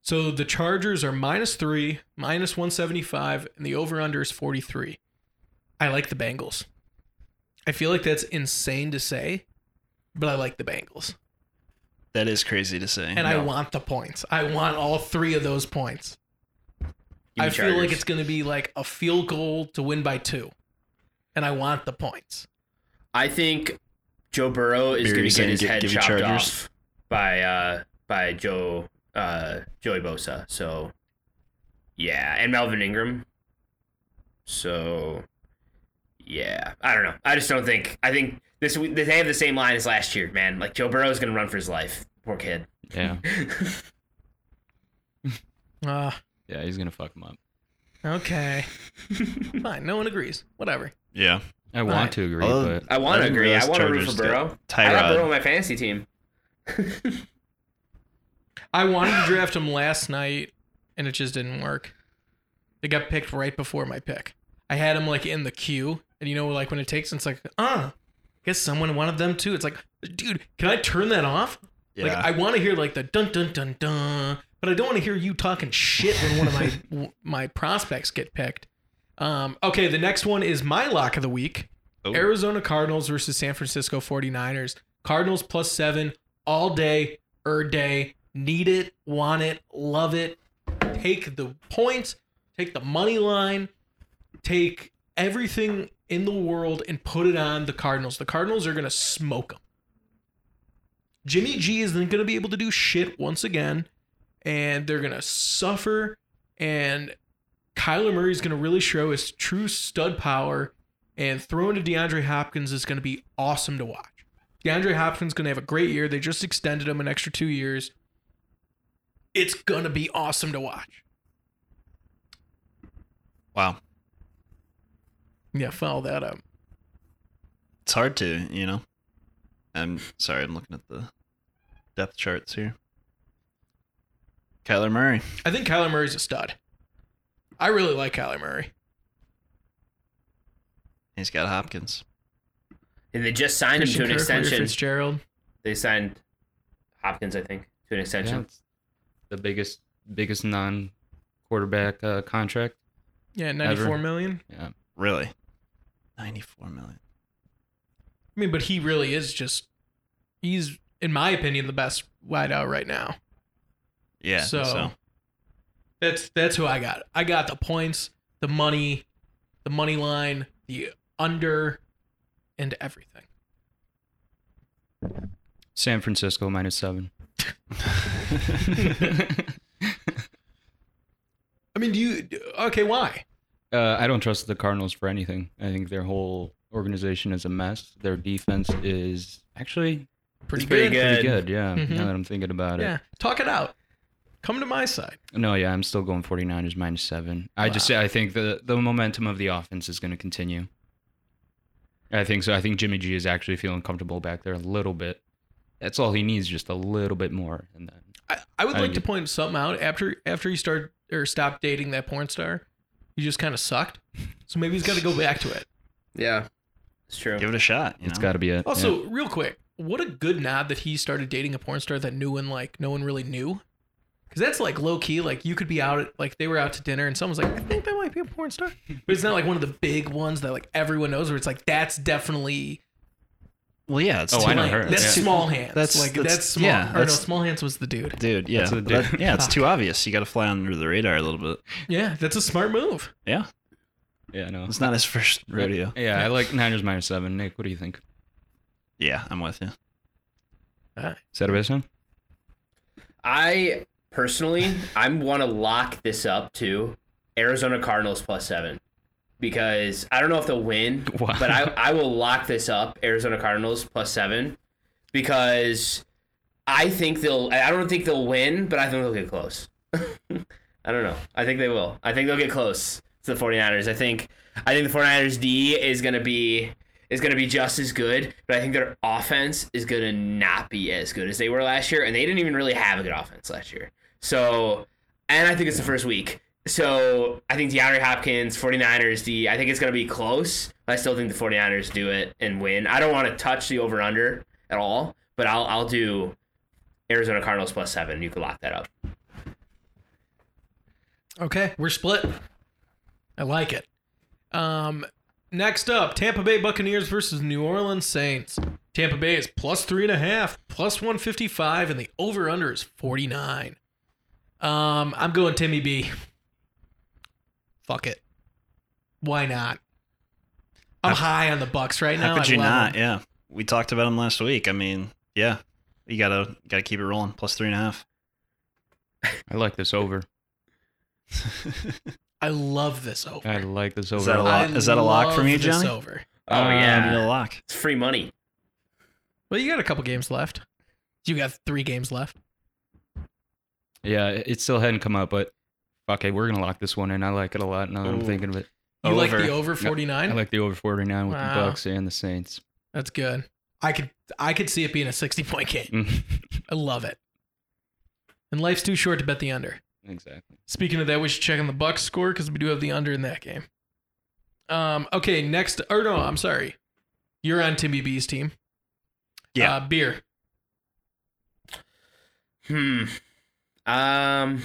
A: So the Chargers are minus three, minus 175, and the over under is 43. I like the Bengals. I feel like that's insane to say, but I like the Bengals.
D: That is crazy to say.
A: And I want the points. I want all three of those points.
E: Give me
A: I feel like
E: Chargers.
A: it's going to be like a field goal to win by two. And I want the points.
E: I think Joe Burrow is
D: Beer,
E: going
D: you
E: to get
D: saying
E: his
D: gi-
E: head
D: give you
E: chopped
D: Chargers?
E: off by uh, by Joe uh, Joey Bosa. So yeah, and Melvin Ingram. So yeah, I don't know. I just don't think. I think this they have the same line as last year, man. Like Joe Burrow is going to run for his life. Poor kid.
C: Yeah.
A: Uh,
C: Yeah, he's gonna fuck him up.
A: okay. Fine. No one agrees. Whatever.
D: Yeah.
C: I want
A: Right.
C: to agree,
D: Although-
C: but
E: I
D: I
E: want to
D: didn't
E: agree. I
D: realize
E: want to root for
D: Chargers got
E: Burrow. I got Burrow on
D: Tyrod.
E: my fantasy team.
A: I wanted to draft him last night, and it just didn't work. They got picked right before my pick. I had him like in the queue, and you know, like when it takes, it's like, uh, guess someone wanted them too. It's like, dude, can I turn that off? Like, I want to hear like the dun dun dun dun, but I don't want to hear you talking shit when one of my w- my prospects get picked. Um, okay, the next one is my lock of the week.
D: Oh.
A: Arizona Cardinals versus San Francisco 49ers. Cardinals plus seven all day, er day. Need it, want it, love it. Take the points, take the money line, take everything in the world and put it on the Cardinals. The Cardinals are going to smoke them. Jimmy G isn't going to be able to do shit once again, and they're going to suffer. And Kyler Murray is going to really show his true stud power, and throwing to DeAndre Hopkins is going to be awesome to watch. DeAndre Hopkins going to have a great year. They just extended him an extra two years. It's going to be awesome to watch.
D: wow.
A: Yeah, follow that up.
D: It's hard to, you know. I'm sorry, I'm looking at the depth charts here. Kyler Murray.
A: I think Kyler Murray's a stud. I really like Kyler Murray.
D: He's got Hopkins.
E: And they just signed
A: Christian
E: him to an
A: Kirk, Larry
E: extension.
A: Fitzgerald.
E: They signed Hopkins, I think, to an
C: yeah,
E: extension.
C: it's the biggest biggest non quarterback uh, contract.
A: Yeah, ninety-four
C: Ever.
A: million.
C: Yeah.
D: Really? 94 million.
A: I mean, but he really is just, he's, in my opinion, the best wideout right now.
D: Yeah.
A: so, that's that's who I got. I got the points, the money, the money line, the under, and everything.
C: San Francisco minus seven.
A: I mean, do you, okay, why?
C: Uh, I don't trust the Cardinals for anything. I think their whole organization is a mess. Their defense is actually
A: Pretty,
E: pretty
A: good.
C: pretty
E: Good.
C: good. Yeah,
A: Mhm.
C: now that I'm thinking about
A: Yeah, talk it out. Come to my side.
C: it. No, yeah, I'm still going 49ers minus seven. I just I think the the momentum of the offense is going to continue. I think so. I think Jimmy G is actually feeling comfortable back there a little bit. That's all he needs, just a little bit more, and then
A: I, I would
C: I
A: like
C: think
A: to
C: it-
A: point something out after after you start or stop dating that porn star. You just kind of sucked, so maybe he's got to go back to it.
E: Yeah, it's true.
D: give it a shot. You
C: it's
D: know?
C: got to be it. yeah.
A: Also, real quick, what a good nod that he started dating a porn star that knew and like no one really knew. Cause that's like low key. Like you could be out at like they were out to dinner and someone's like, I think that might be a porn star, but it's not like one of the big ones that like everyone knows. Where it's like that's definitely
D: well, yeah. It's
C: Oh,
D: too
C: I know
D: late.
C: her.
A: that's
C: yeah.
A: small hands.
D: That's-
A: like that's,
D: that's-
A: small.
D: yeah,
A: or no,
D: that's-
A: small hands was the dude.
D: Dude, yeah.
C: That's a
D: but that-
C: dude.
D: yeah, it's too obvious. You got to fly under the radar a little bit.
A: Yeah, that's a smart move.
D: Yeah.
C: yeah, no,
D: It's not his first rodeo.
C: Yeah, I like Niners minus seven. Nick, what do you think?
D: Yeah, I'm with you.
C: Is that a best one?
E: I personally, I want to lock this up to Arizona Cardinals plus seven because I don't know if they'll win,
C: Wow.
E: but I, I will lock this up Arizona Cardinals plus seven because I think they'll. I don't think they'll win, but I think they'll get close. I don't know. I think they will. I think they'll get close. It's to the 49ers. I think I think the 49ers D is going to be is going to be just as good, but I think their offense is going to not be as good as they were last year and they didn't even really have a good offense last year. So, and I think it's the first week. So, I think DeAndre Hopkins 49ers D, I think it's going to be close. But I still think the 49ers do it and win. I don't want to touch the over under at all, but I'll I'll do Arizona Cardinals plus 7. You can lock that up.
A: Okay, we're split. I like it. Um, next up, Tampa Bay Buccaneers versus New Orleans Saints. Tampa Bay is plus three and a half, plus one fifty five, and the over under is forty nine. Um, I'm going Timmy B. Fuck it. Why not? I'm high on the Bucks right now.
D: How could
A: I
D: you
A: love
D: not?
A: 'em.
D: Yeah, we talked about them last week. I mean, yeah, you gotta gotta keep it rolling. Plus three and a half.
C: I like this over.
A: I love this over.
C: I like this over.
D: that a lot?
A: I
D: Is that a lock
A: love
D: from you,
A: this
D: Johnny?
A: Over.
E: Oh
C: Um,
D: You
E: yeah.
D: know, lock.
E: It's free money.
A: Well, you got a couple games left. You got three games left.
C: Yeah, it it still hadn't come up, but fuck it, we're gonna lock this one in. I like it a lot now that I'm
D: Ooh.
C: thinking of it.
A: You like
D: Over.
A: the over
C: No,
A: 49?
C: I like the over 49 with
A: Wow.
C: the Bucks and the Saints.
A: That's good. I could I could see it being a 60 point game. I love it. And life's too short to bet the under.
C: exactly.
A: Speaking of that, we should check on the Bucks score because we do have the under in that game. Um, okay, next or no, I'm sorry. You're on Timmy B's team.
D: Yeah.
A: Uh, beer.
E: Hmm. Um.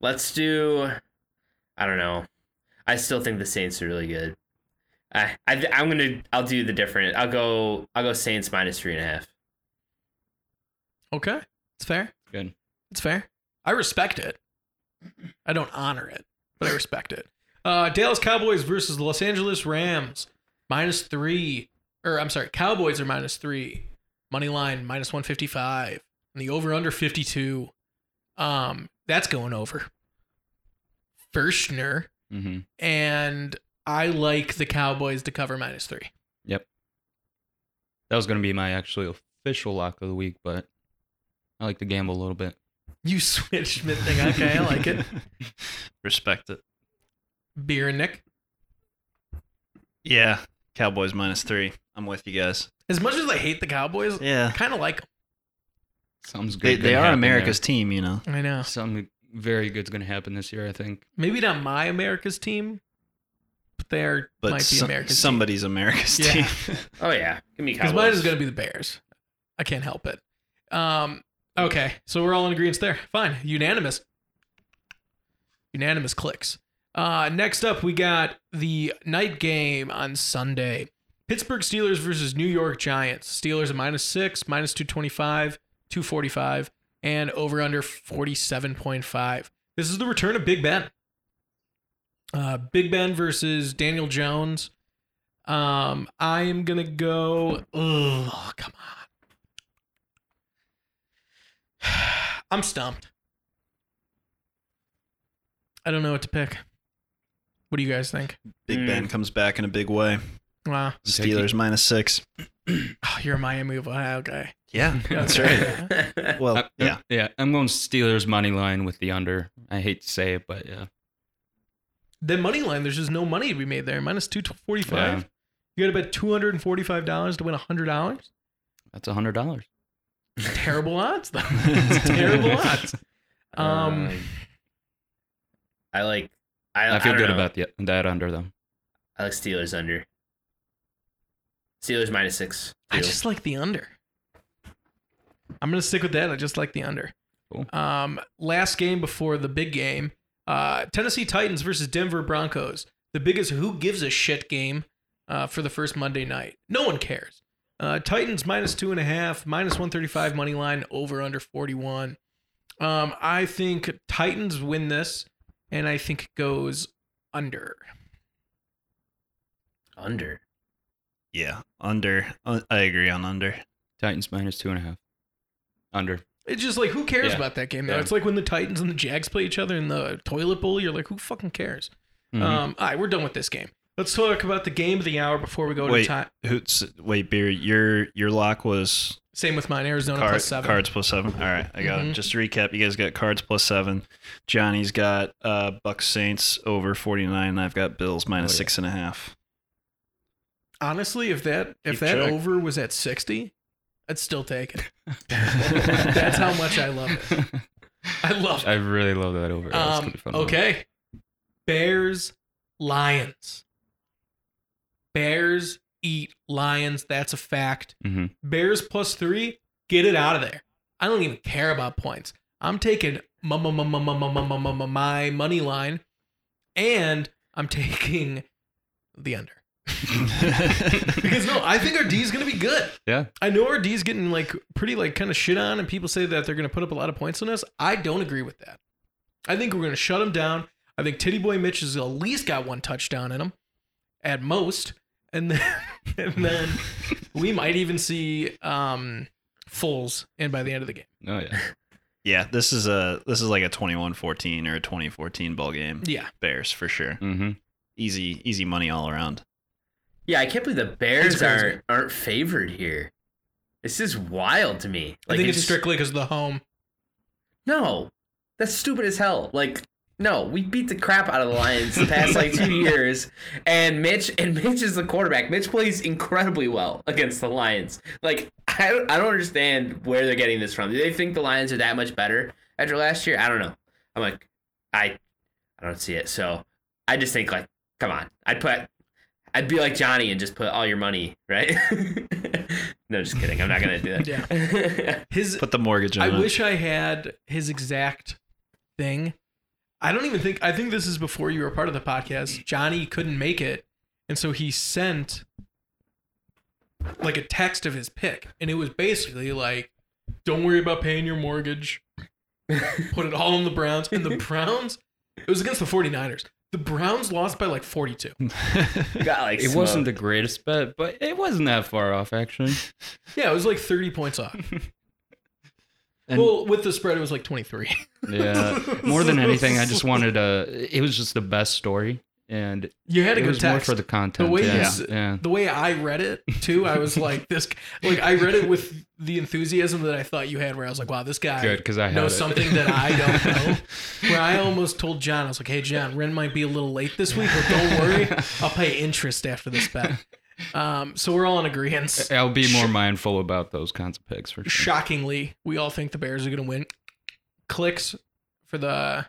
E: Let's do. I don't know. I still think the Saints are really good. I, I I'm gonna I'll do the different. I'll go I'll go Saints minus three and a half.
A: Okay. It's fair.
C: Good.
A: It's fair. I respect it. I don't honor it, but I respect it. Uh, Dallas Cowboys versus Los Angeles Rams. Minus three. Or I'm sorry, Cowboys are minus three. Money line minus one fifty five. And the over under fifty two. Um, that's going over. Fershner.
C: hmm
A: And I like the Cowboys to cover minus three.
C: That was gonna be my actually official lock of the week, but I like to gamble a little bit.
A: You switched mid thing. Okay, I like it.
D: Respect it.
A: Beer and Nick.
D: Yeah, Cowboys minus three. I'm with you guys.
A: As much as I hate the Cowboys, I
D: Yeah,
A: kind of like
C: Sounds good.
D: they, they are America's team. You know.
A: I know.
C: Something very good's gonna happen this year, I think.
A: Maybe not my America's team, but they are
D: But
A: might be
D: some-
A: America's
D: somebody's America's
A: Yeah.
D: team.
E: Oh yeah, give me
A: because
E: Cowboys.
A: mine is going to be the Bears. I can't help it. Um, okay, so we're all in agreement there. Fine, unanimous. Unanimous clicks. Uh, next up, we got the night game on Sunday. Pittsburgh Steelers versus New York Giants. Steelers at minus six, minus 225, 245, and over under 47.5. This is the return of Big Ben. Uh, Big Ben versus Daniel Jones. Um, I am gonna go. Oh, come on. I'm stumped. I don't know what to pick. What do you guys think?
D: Big
E: Mm.
D: Ben comes back in a big way.
A: Wow,
C: I'm taking-
D: Steelers minus six.
A: oh, you're a Miami of Ohio guy.
D: Yeah, that's right.
A: Okay.
D: Well,
C: I-
D: Oh, yeah,
C: yeah. I'm going Steelers money line with the under. I hate to say it, but yeah,
A: The money line, there's just no money to be made there. Minus two forty
C: Yeah.
A: five. You gotta bet two hundred and forty five dollars to win hundred dollars.
C: that's a hundred dollars.
A: Terrible odds, though. It's terrible odds. Um,
E: I like. I,
C: I feel
E: don't
C: good
E: know.
C: about the, that under though.
E: I like Steelers under. Steelers minus six.
A: I
E: Steelers.
A: just like the under. I'm gonna stick with that. I just like the under.
C: Cool.
A: Um, last game before the big game, uh, Tennessee Titans versus Denver Broncos. The biggest who gives a shit game uh, for the first Monday night. No one cares. Uh, Titans minus two and a half, minus 135 money line, over under 41. Um, I think Titans win this, and I think it goes under.
E: under.
D: yeah. Under. Uh, I agree on under.
C: Titans minus two and a half. Under.
A: It's just like who cares
C: Yeah.
A: about that game though?
C: Yeah.
A: It's like when the Titans and the Jags play each other in the toilet bowl. You're like, who fucking cares?
C: Mhm.
A: Um, all right, we're done with this game. Let's talk about the game of the hour before we go
D: Wait.
A: to time.
D: Hoots. Wait, beer. Your your lock was
A: Same with mine. Arizona
D: Card-
A: plus seven.
D: Cards plus seven. All right, I got
A: Mhm.
D: it. Just to recap, you guys got cards plus seven. Johnny's got uh, Bucks Saints over forty nine, and I've got Bills minus
C: Oh, yeah.
D: six and a half.
A: Honestly, if that if
D: Keep
A: that
D: track.
A: over was at sixty, I'd still take it. That's how much I love it. I love it.
C: I really love that over. That's
A: Um,
C: gonna be fun to watch.
A: okay. Bears, Lions. Bears eat Lions. That's a fact.
C: Mhm.
A: Bears plus three, get it out of there. I don't even care about points. I'm taking my, my, my, my, my, my, my, my, my, my money line and I'm taking the under. Because no, I think our D's gonna be good.
C: Yeah.
A: I know our D's getting like pretty like kind of shit on, and people say that they're gonna put up a lot of points on us. I don't agree with that. I think we're gonna shut them down. I think Titty Boy Mitch has at least got one touchdown in him, at most, and then and then we might even see um Foles in by the end of the game.
C: Oh yeah.
D: yeah, this is a this is like a 21-14 or a 2014 ball game.
A: Yeah,
D: Bears for sure.
C: Mm-hmm.
D: Easy easy money all around.
E: Yeah, I can't believe the
A: It's
E: Bears
A: crazy.
E: aren't aren't favored here. This is wild to me.
A: I think
E: it
A: it's
E: just-
A: strictly because of the home.
E: No, that's stupid as hell. Like, no, we beat the crap out of the Lions the past like two years, and Mitch and Mitch is the quarterback. Mitch plays incredibly well against the Lions. Like, I don't, I don't understand where they're getting this from. Do they think the Lions are that much better after last year? I don't know. I'm like, I, I don't see it. So, I just think like, come on, I'd put. I'd be like Johnny and just put all your money, right? no, just kidding. I'm not gonna do that. Yeah.
A: His
D: Put the mortgage on.
A: I
D: it.
A: wish I had his exact thing. I don't even think I think this is before you were part of the podcast. Johnny couldn't make it, and so he sent like a text of his pick, and it was basically like, "Don't worry about paying your mortgage. Put it all on the Browns." And the Browns, it was against the 49ers. The Browns lost by like 42.
E: Got like
C: It wasn't the greatest bet, but it wasn't that far off actually.
A: Yeah, it was like 30 points off.
D: And-
A: well, with the spread, it was like 23.
C: Yeah. More than anything, I just wanted a. It was just the best story, and
A: You had a
C: it
A: good
C: was more
A: text
C: for the content.
A: way you
C: yeah.
A: s-
C: yeah.
A: the way I read it too, I was like this like I read it with the enthusiasm that I thought you had where I was like, wow, this guy
C: Good, 'cause I had
A: knows
C: it.
A: something that I don't know. Where I almost told John, I was like, hey John, Ren might be a little late this week, but don't worry, I'll pay interest after this bet. Um, so we're all in agreement.
C: I'll be more mindful about those kinds of picks for sure.
A: Shockingly, we all think the Bears are gonna win. Clicks for the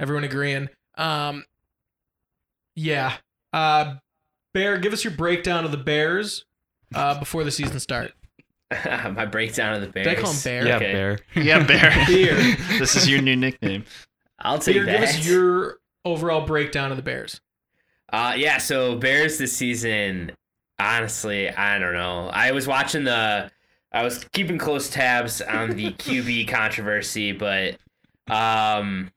A: everyone agreeing. Um yeah. Uh Bear, give us your breakdown of the Bears uh before the season start.
E: my breakdown of the Bears.
A: Did I call him Bear?
C: Yeah,
E: Okay.
C: bear.
D: yeah, bear.
A: Beer.
D: this is your new nickname.
E: I'll take
A: Peter,
E: that.
A: give us your overall breakdown of the Bears.
E: Uh, yeah, so Bears this season, honestly, I don't know. I was watching the, I was keeping close tabs on the QB controversy, but um,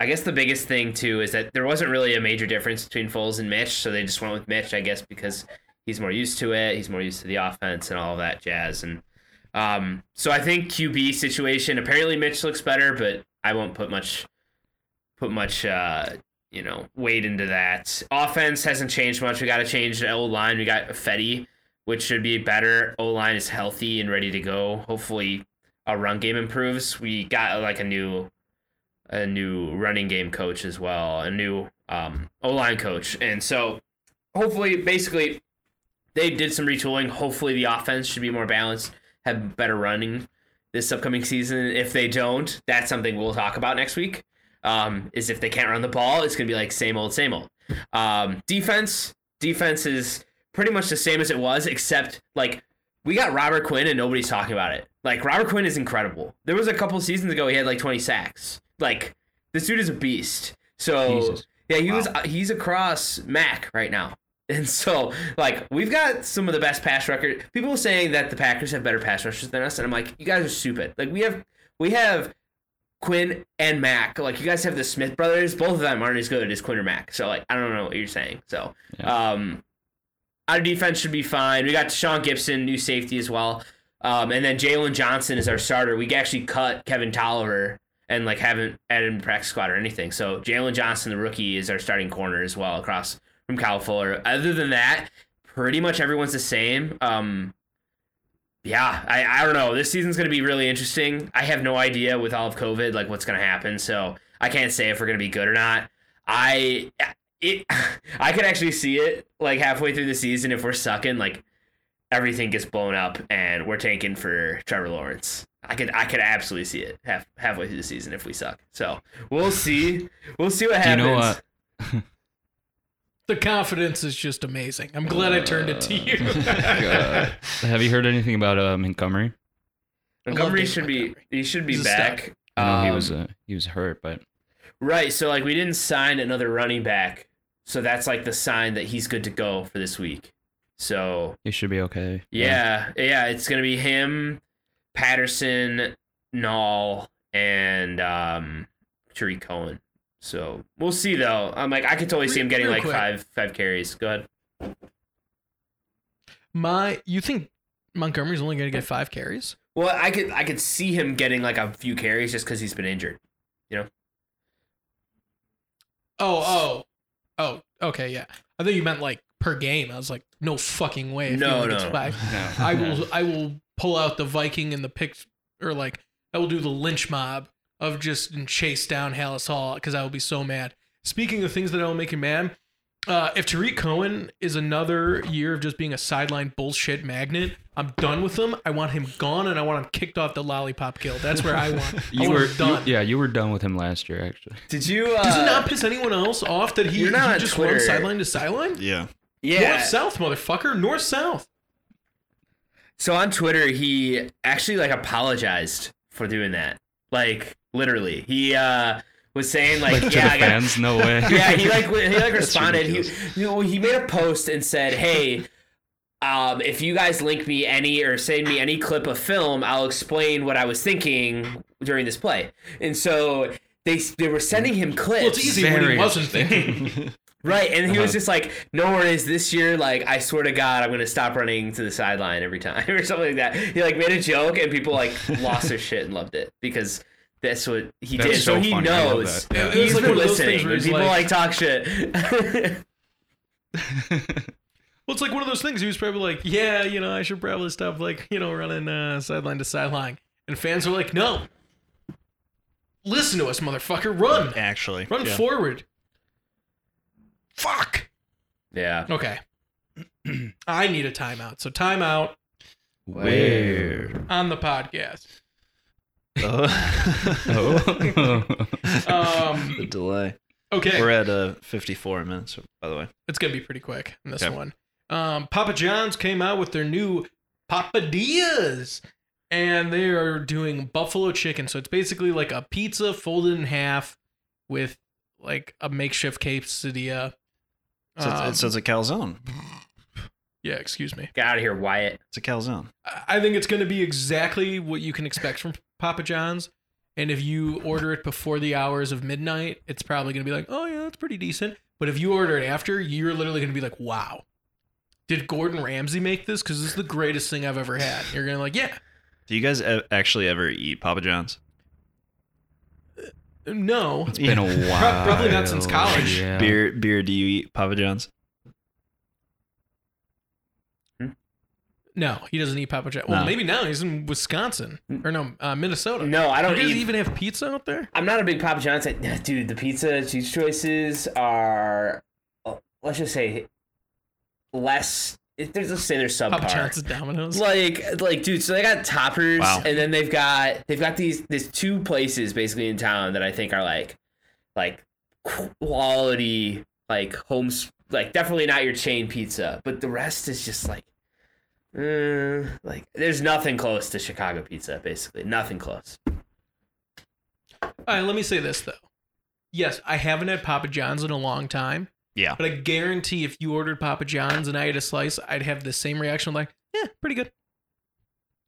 E: I guess the biggest thing too is that there wasn't really a major difference between Foles and Mitch, so they just went with Mitch, I guess, because he's more used to it, he's more used to the offense and all that jazz. And um, so I think QB situation. Apparently Mitch looks better, but I won't put much, put much uh, you know, wade into that. Offense hasn't changed much. We got to change the O line. We got Fetty, which should be better. O line is healthy and ready to go. Hopefully, our run game improves. We got like a new, a new running game coach as well, a new um, O line coach, and so hopefully, basically, they did some retooling. Hopefully, the offense should be more balanced, have better running this upcoming season. If they don't, that's something we'll talk about next week um, is if they can't run the ball, it's gonna be like same old, same old. Um, defense, defense is pretty much the same as it was, except like we got Robert Quinn and nobody's talking about it. Like Robert Quinn is incredible. There was a couple seasons ago he had like 20 sacks. Like this dude is a beast. So
C: Jesus.
E: yeah, he was
D: Wow.
E: uh, he's across Mac right now. And so, like, we've got some of the best pass record. People were saying that the Packers have better pass rushers than us, and I'm like, you guys are stupid. Like, we have we have Quinn and Mac. Like you guys have the Smith brothers. Both of them aren't as good as Quinn or Mac. So like I don't know what you're saying. So um our defense should be fine. We got Sean Gibson, new safety as well. Um, and then Jalen Johnson is our starter. We actually cut Kevin Tolliver and like haven't added him to practice squad or anything. So Jalen Johnson, the rookie, is our starting corner as well across from Kyle Fuller. Other than that, pretty much everyone's the same. Um, yeah, I, I don't know. This season's gonna be really interesting. I have no idea with all of COVID, like what's gonna happen. So I can't say if we're gonna be good or not. I it I could actually see it like halfway through the season if we're sucking, like everything gets blown up and we're tanking for Trevor Lawrence. I could I could absolutely see it half halfway through the season if we suck. So we'll see. We'll see what
C: Do you
E: happens.
C: know what?
A: The confidence is just amazing. I'm glad I turned it to
E: Uh.
A: you.
C: God. Have you heard anything about uh, Montgomery?
E: Montgomery
A: David
E: should be
A: Montgomery.
E: he should be
A: He's a
E: back.
C: I know he
E: Um,
C: was uh, he was hurt, but
E: Right. So like we didn't sign another running back. So that's like the sign that he's good to go for this week. So
C: he should be okay.
E: yeah, yeah, it's gonna be him, Patterson, Nall, and um Tariq Cohen. So we'll see though. I'm like I could totally see him getting
A: Real
E: like
A: quick.
E: five five carries. Go ahead.
A: My, you think Montgomery's only going to get five carries?
E: Well, I could I could see him getting like a few carries just because he's been injured.
A: Oh, oh, oh. Okay, yeah. I think you meant like per game. I was like, no fucking way. if he
E: No,
A: only gets
E: no.
A: five.
C: No.
A: I will. I will pull out the Viking and the pick, or like I will do the lynch mob of just and chase down Hallis Hall because I will be so mad. Speaking of things that I will make you mad, uh, if Tariq Cohen is another year of just being a sideline bullshit magnet, I'm done with him. I want him gone, and I want him kicked off the lollipop guild. That's where I want. I
C: You
A: want
C: were
A: him done.
C: you- yeah, you were done with him last year, actually.
E: Did you? Uh,
A: Does it not piss anyone else off that he,
E: You're not
A: he
E: on
A: just
E: Twitter.
A: runs sideline to sideline?
D: Yeah.
E: Yeah.
A: North south, motherfucker. North south.
E: So on Twitter, he actually like apologized for doing that. Like literally, he uh was saying like,
C: Like to
E: yeah,
C: the
E: I got,
C: fans, no way.
E: yeah, he like w- he like
D: That's
E: responded. He you know, he made a post and said, "Hey, um, if you guys link me any or send me any clip of film, I'll explain what I was thinking during this play." And so they they were sending him clips.
A: Well, it's easy when he
C: Very
A: wasn't thinking.
E: Right, and he was
C: Uh-huh.
E: just like, "No worries, this year, like, I swear to God, I'm gonna stop running to the sideline every time, or something like that." He like made a joke, and people like lost their shit and loved it because that's what he
C: That's
E: did. So,
C: so
E: he
C: funny. I love
E: knows
C: that.
A: Yeah, it was
E: he's
A: like
E: been
A: one of those
E: listening.
A: things where
E: when
A: he's
E: people like,
A: like-
E: talk shit.
A: Well, it's like one of those things. He was probably like, "Yeah, you know, I should probably stop, like, you know, running uh, sideline to sideline." And fans were like, "No, listen to us, motherfucker! Run,
D: Actually.
A: run
D: Yeah.
A: forward." Fuck.
E: yeah,
A: Okay. I need a timeout. So timeout
C: Where?
A: on the podcast.
D: Oh.
C: Oh.
D: the
A: Um.
D: delay.
A: Okay.
D: We're at uh, 54 minutes, by the way.
A: It's gonna be pretty quick in this
D: Okay.
A: one. Um, Papa John's came out with their new Papadillas, and they are doing buffalo chicken. So it's basically like a pizza folded in half with like a makeshift quesadilla.
D: So it's,
A: Um,
D: so it's a calzone.
A: yeah, excuse me.
E: get out of here, Wyatt.
D: It's a calzone.
A: I I think it's going to be exactly what you can expect from Papa John's. And if you order it before the hours of midnight, it's probably going to be like, oh, yeah, that's pretty decent. But if you order it after, you're literally going to be like, wow, did Gordon Ramsay make this? Because this is the greatest thing I've ever had. You're going to like, yeah,
D: Do you guys e- actually ever eat Papa John's?
A: no.
C: It's been a while.
A: probably not since college.
C: Yeah.
D: Beer, beer. Do you eat Papa John's?
A: No, he doesn't eat Papa John's. Well,
D: No.
A: maybe now he's in Wisconsin or no, uh, Minnesota.
E: No, I
A: Do you
E: don't
A: guys
E: eat.
A: even have pizza out there?
E: I'm not a big Papa John's. I- Dude, the pizza cheese choices are, oh, let's just say, less. If there's let's say they're subpar.
A: Papa John's is Domino's.
E: Like, like, dude. So they got toppers,
D: Wow.
E: and then they've got they've got these these two places basically in town that I think are like, like quality, like homes, like definitely not your chain pizza, but the rest is just like, uh, like there's nothing close to Chicago pizza. Basically, nothing close.
A: All right, let me say this though. Yes, I haven't had Papa John's in a long time.
D: Yeah.
A: But I guarantee if you ordered Papa John's and I had a slice, I'd have the same reaction like, yeah, pretty good.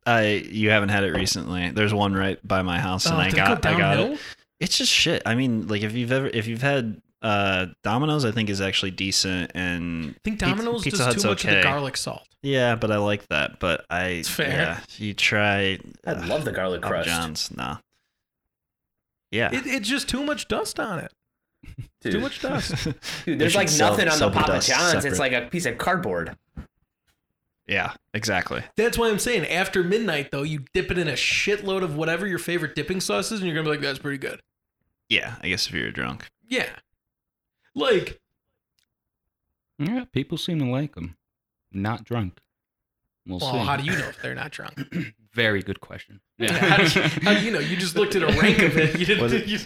D: I you haven't had it recently. There's one right by my house, and
A: Oh,
D: I
A: did it
D: got
A: go
D: I got
A: downhill?
D: it. It's just shit. I mean, like if you've ever if you've had uh Domino's, I think is actually decent and
A: I think
D: Pizza-
A: Domino's
D: Pizza
A: does
D: Hut's
A: too much of
D: okay.
A: the garlic salt.
D: yeah, but I like that. But I it's
A: fair.
D: yeah, you try. uh,
E: I love the garlic
D: Papa
E: crust.
D: John's. Nah. Yeah.
A: It, it's just too much dust on it.
E: Dude.
A: Too much dust.
E: Dude,
D: They
E: there's
D: should
E: like
D: sell-
E: nothing on
D: sell
E: the
D: the
E: Papa
D: dust
E: John's. It's
D: separate.
E: like a piece of cardboard.
D: Yeah, exactly.
A: That's why I'm saying after midnight, though, you dip it in a shitload of whatever your favorite dipping sauce is, and you're gonna be like, that's pretty good.
D: Yeah, I guess if you're drunk.
A: Yeah. Like,
C: Yeah, people seem to like them. Not drunk. We'll
A: well,
C: see.
A: how do you know if they're not drunk?
C: Very good question.
A: how, do you, how do you know? You just looked at a rank of it. You
D: Was
A: didn't,
D: it-
A: you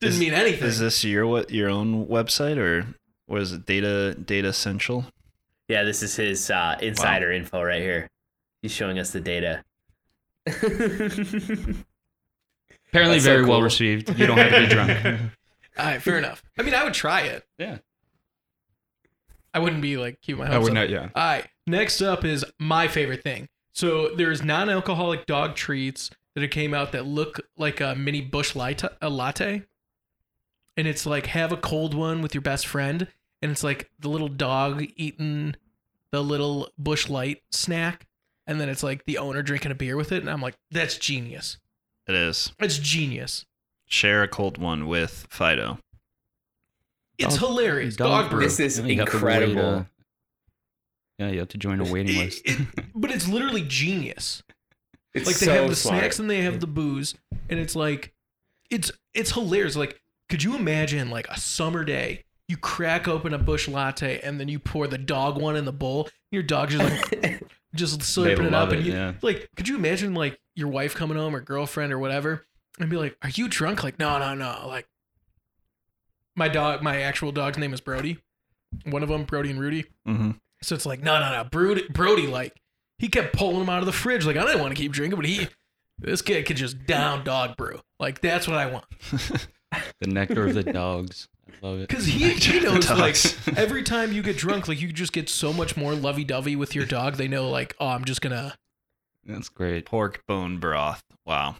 A: didn't
D: is-
A: mean anything.
D: Is this your what your own website or what is it? Data Data Central.
E: Yeah, this is his uh, insider info right here. He's showing us the data.
C: Apparently,
E: That's so
C: very well
E: cool.
C: received. You don't have to be drunk.
A: All right, fair enough. I mean, I would try it.
C: Yeah.
A: I wouldn't be like keep my hopes up.
C: Oh, Yeah.
A: All right. Next up is my favorite thing. So there's non-alcoholic dog treats that it came out that look like a mini bush latte, a latte, and it's like have a cold one with your best friend, and it's like the little dog eating the little bush light snack, and then it's like the owner drinking a beer with it, and I'm like, that's genius.
D: It is.
A: That's genius.
D: Share a cold one with Fido.
A: It's
C: Dog-
A: hilarious. Dog, brew.
E: This is
C: Yeah, you have to wait,
E: incredible.
C: uh, yeah, you have to join a waiting list.
A: It- but it's literally genius.
E: It's
A: like they
E: so
A: have the
E: smart.
A: snacks and they have the booze and it's like it's it's hilarious like could you imagine like a summer day you crack open a bush latte and then you pour the dog one in the bowl and your dog's just like just slurping it
C: love
A: up and
C: it,
A: you
C: yeah.
A: like could you imagine like your wife coming home or girlfriend or whatever and be like are you drunk like no no no like my dog my actual dog's name is brody one of them brody and rudy
D: Mm-hmm.
A: so it's like, no, no, no, Brody, Brody, like he kept pulling him out of the fridge. Like I didn't want to keep drinking, but he, this kid could just down dog brew. Like that's what I want
C: The nectar of the dogs. I love it.
A: because he, he knows like
D: Dogs.
A: every time you get drunk, like you just get so much more lovey dovey with your dog. They know like, oh, I'm just gonna
C: That's great.
D: Pork bone broth. Wow.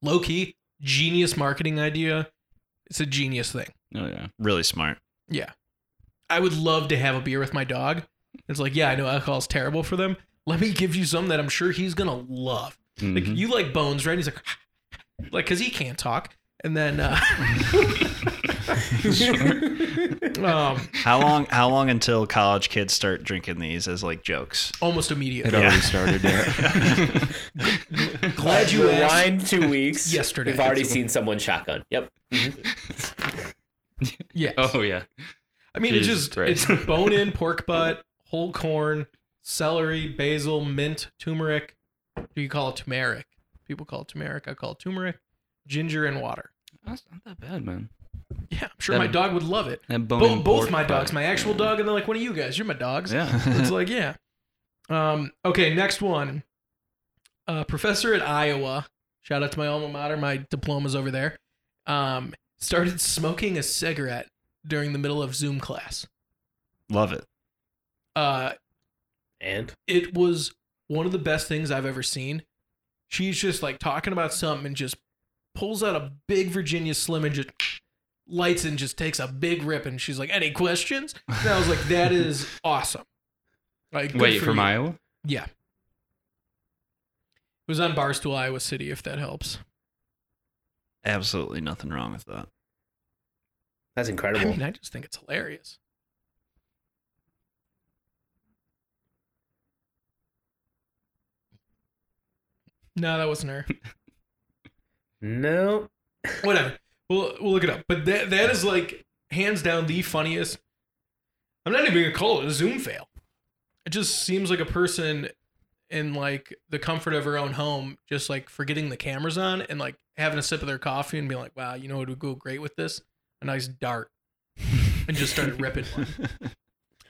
A: low key genius marketing idea. It's a genius thing.
C: Oh yeah.
D: Really smart.
A: Yeah, I would love to have a beer with my dog. It's like, yeah, I know alcohol's terrible for them. Let me give you some that I'm sure he's gonna love. Like
C: Mhm.
A: you like bones, right? He's like, like because he can't talk. And then, uh, um,
D: How long? How long until college kids start drinking these as like jokes?
A: almost
C: It
A: immediately.
C: already started there.
A: Glad you
E: The
A: asked.
E: wine two weeks
A: Yesterday.
E: We've already seen someone shotgun. Yep.
A: Yes.
C: oh yeah.
A: I mean, it's
C: Jesus
A: just
C: Christ.
A: it's bone in pork butt, whole corn, celery, basil, mint, turmeric. Do you call it turmeric? People call it turmeric. I call it turmeric, ginger, and water.
C: That's not that bad, man.
A: Yeah, I'm sure my
C: That-
A: dog would love it.
C: That bone
A: Bo-
C: and
A: both
C: pork
A: my
C: butt.
A: dogs, my actual dog, and then like one of you guys. You're my dogs.
C: Yeah.
A: it's like yeah um okay next one uh professor at iowa shout out to my alma mater my diploma's over there um started smoking a cigarette during the middle of zoom class
D: Love it.
A: uh
E: And
A: it was one of the best things i've ever seen she's just like talking about something and just pulls out a big virginia slim and just lights it and just takes a big rip and she's like any questions and i was like that is awesome like good
C: Wait
A: for
C: from
A: you.
C: Iowa.
A: Yeah. It was on Barstool, Iowa City, if that helps.
D: Absolutely nothing wrong with that.
E: that's
A: I
E: incredible.
A: mean, I just think it's hilarious. No, that wasn't her.
E: no.
A: Whatever. We'll we'll look it up. But that that is like hands down the funniest. I'm not even gonna call it a Zoom fail. It just seems like a person in like the comfort of her own home, just like forgetting the cameras on and like having a sip of their coffee and being like, "Wow, you know what would go great with this? A nice dart," and just started ripping one.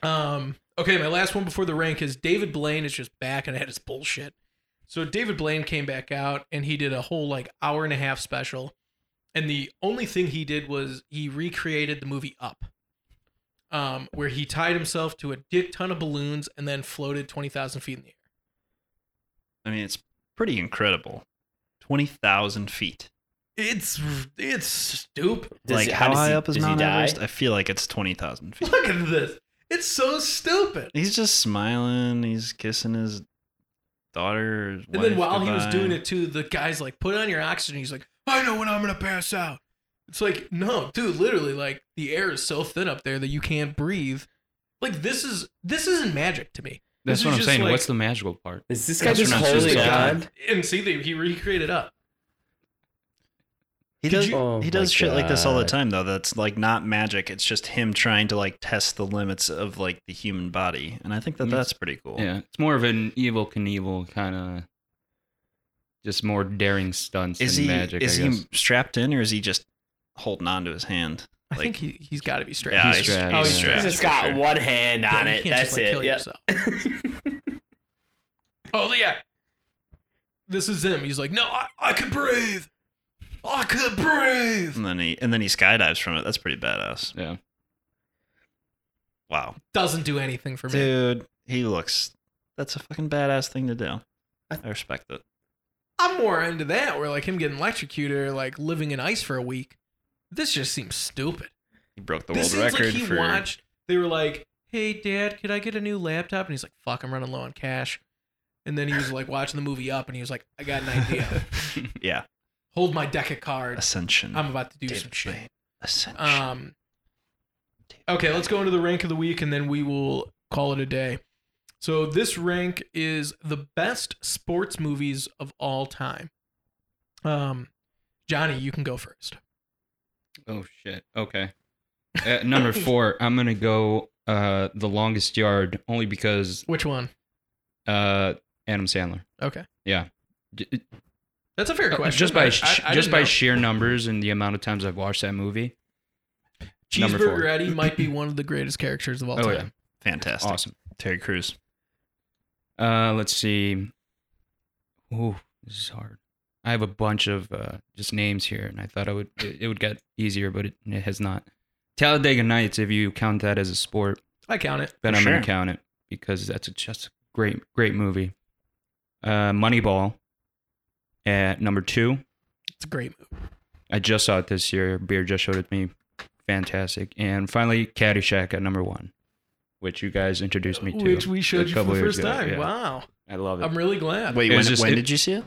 A: Um, okay, my last one before the rank is David Blaine is just back and at his bullshit. So David Blaine came back out and he did a whole like hour and a half special. And the only thing he did was he recreated the movie Up. Um, where he tied himself to a dick ton of balloons and then floated twenty thousand feet in the air.
D: I mean, it's pretty incredible. Twenty thousand feet.
A: It's it's stupid.
E: Does
D: like
E: he-
D: how,
E: does
D: high
E: he-
D: up is
E: does he
D: Mount
E: die?
D: Everest? I feel like it's twenty thousand feet.
A: Look at this. It's so stupid.
D: He's just smiling. He's kissing his daughter. His
A: And then while he was doing it too, the guy's like, put on your oxygen. He's like, I know when I'm gonna pass out. It's like, no, dude, literally, like the air is so thin up there that you can't breathe. Like this is this isn't magic to me.
C: That's
A: This
C: what
A: is
C: I'm
A: just
C: saying.
A: like-
C: What's the magical part?
E: Is this guy
C: Astronauts
E: just
C: just
E: holding
C: go
E: on?
C: down.
A: And see, they, he recreated up.
D: He
A: Did
D: does.
A: you-
E: Oh
D: he does
E: my
D: shit like this all the
E: God.
D: time, though. That's like not magic. It's just him trying to like test the limits of like the human body, and I think that
C: Mm.
D: that's pretty cool.
C: Yeah, it's more of an evil Knievel kind of, just more daring stunts
D: Is
C: and
D: he
C: magic.
D: is
C: I guess.
D: he strapped in, or is he just holding on to his hand?
A: I
D: Like-
A: think he, he's got to be straight.
D: Yeah,
C: He's strapped.
A: Oh, he's
E: He's
A: strapped.
E: just
D: for
E: got
D: sure.
E: one hand on
A: you
E: it.
A: can't just,
E: That's
A: like,
E: it.
A: kill
E: Yeah.
A: yourself. Oh yeah, this is him. He's like, no, I, I could breathe. I could breathe.
E: Mm.
D: And then he and then he skydives from it. That's pretty badass.
C: Yeah.
D: Wow,
A: Doesn't do anything for me.
D: dude, he looks. That's a fucking badass thing to do. I respect it.
A: I'm more into that, where like him getting electrocuted or like living in ice for a week. This just seems stupid.
D: He broke the
A: this
D: world
A: seems
D: record
A: like he
D: for.
A: watched. They were like, "Hey, Dad, could I get a new laptop?" And he's like, "Fuck, I'm running low on cash." And then he was like watching the movie Up, and he was like, "I got an idea.
D: yeah,
A: Hold my deck of cards.
D: ascension.
A: I'm about to do
D: David
A: some shit."
D: Blaine. Ascension.
A: Um, okay, let's go into the rank of the week and then we will call it a day. So, this rank is the best sports movies of all time. Um, Johnny, you can go first.
C: Oh shit. Okay. At number four, I'm gonna go uh the longest yard only because
A: Which one?
C: uh Adam Sandler.
A: Okay.
C: Yeah. D-
A: That's a fair
C: uh,
A: question.
C: just by
A: I-
C: sh-
A: I- I
C: just
A: didn't
C: by
A: know.
C: sheer numbers and the amount of times I've watched that movie. number four.
A: Cheeseburger Eddie might be one of the greatest characters of all
C: Oh,
A: time.
D: Fantastic.
C: Awesome.
D: Terry Crews.
C: Uh let's see. Ooh, this is hard. I have a bunch of uh just names here and I thought I would it, it would get easier, but it, it has not. Talladega Nights, if you count that as a sport,
A: I count it.
C: then
D: For
C: I'm
D: sure.
C: gonna count it because that's a, just a great, great movie. Uh, Moneyball at number two.
A: It's a great movie.
C: I just saw it this year. Beer just showed it to me. Fantastic. And finally, Caddyshack at number one, which you guys introduced me to.
A: Which we
C: a
A: showed you for
C: couple
A: the
C: years
A: first
C: ago.
A: time.
C: Yeah.
A: Wow.
C: I love it.
A: I'm really glad.
D: Wait,
C: It
D: when,
C: was just-
D: when
C: it-
D: did you see it?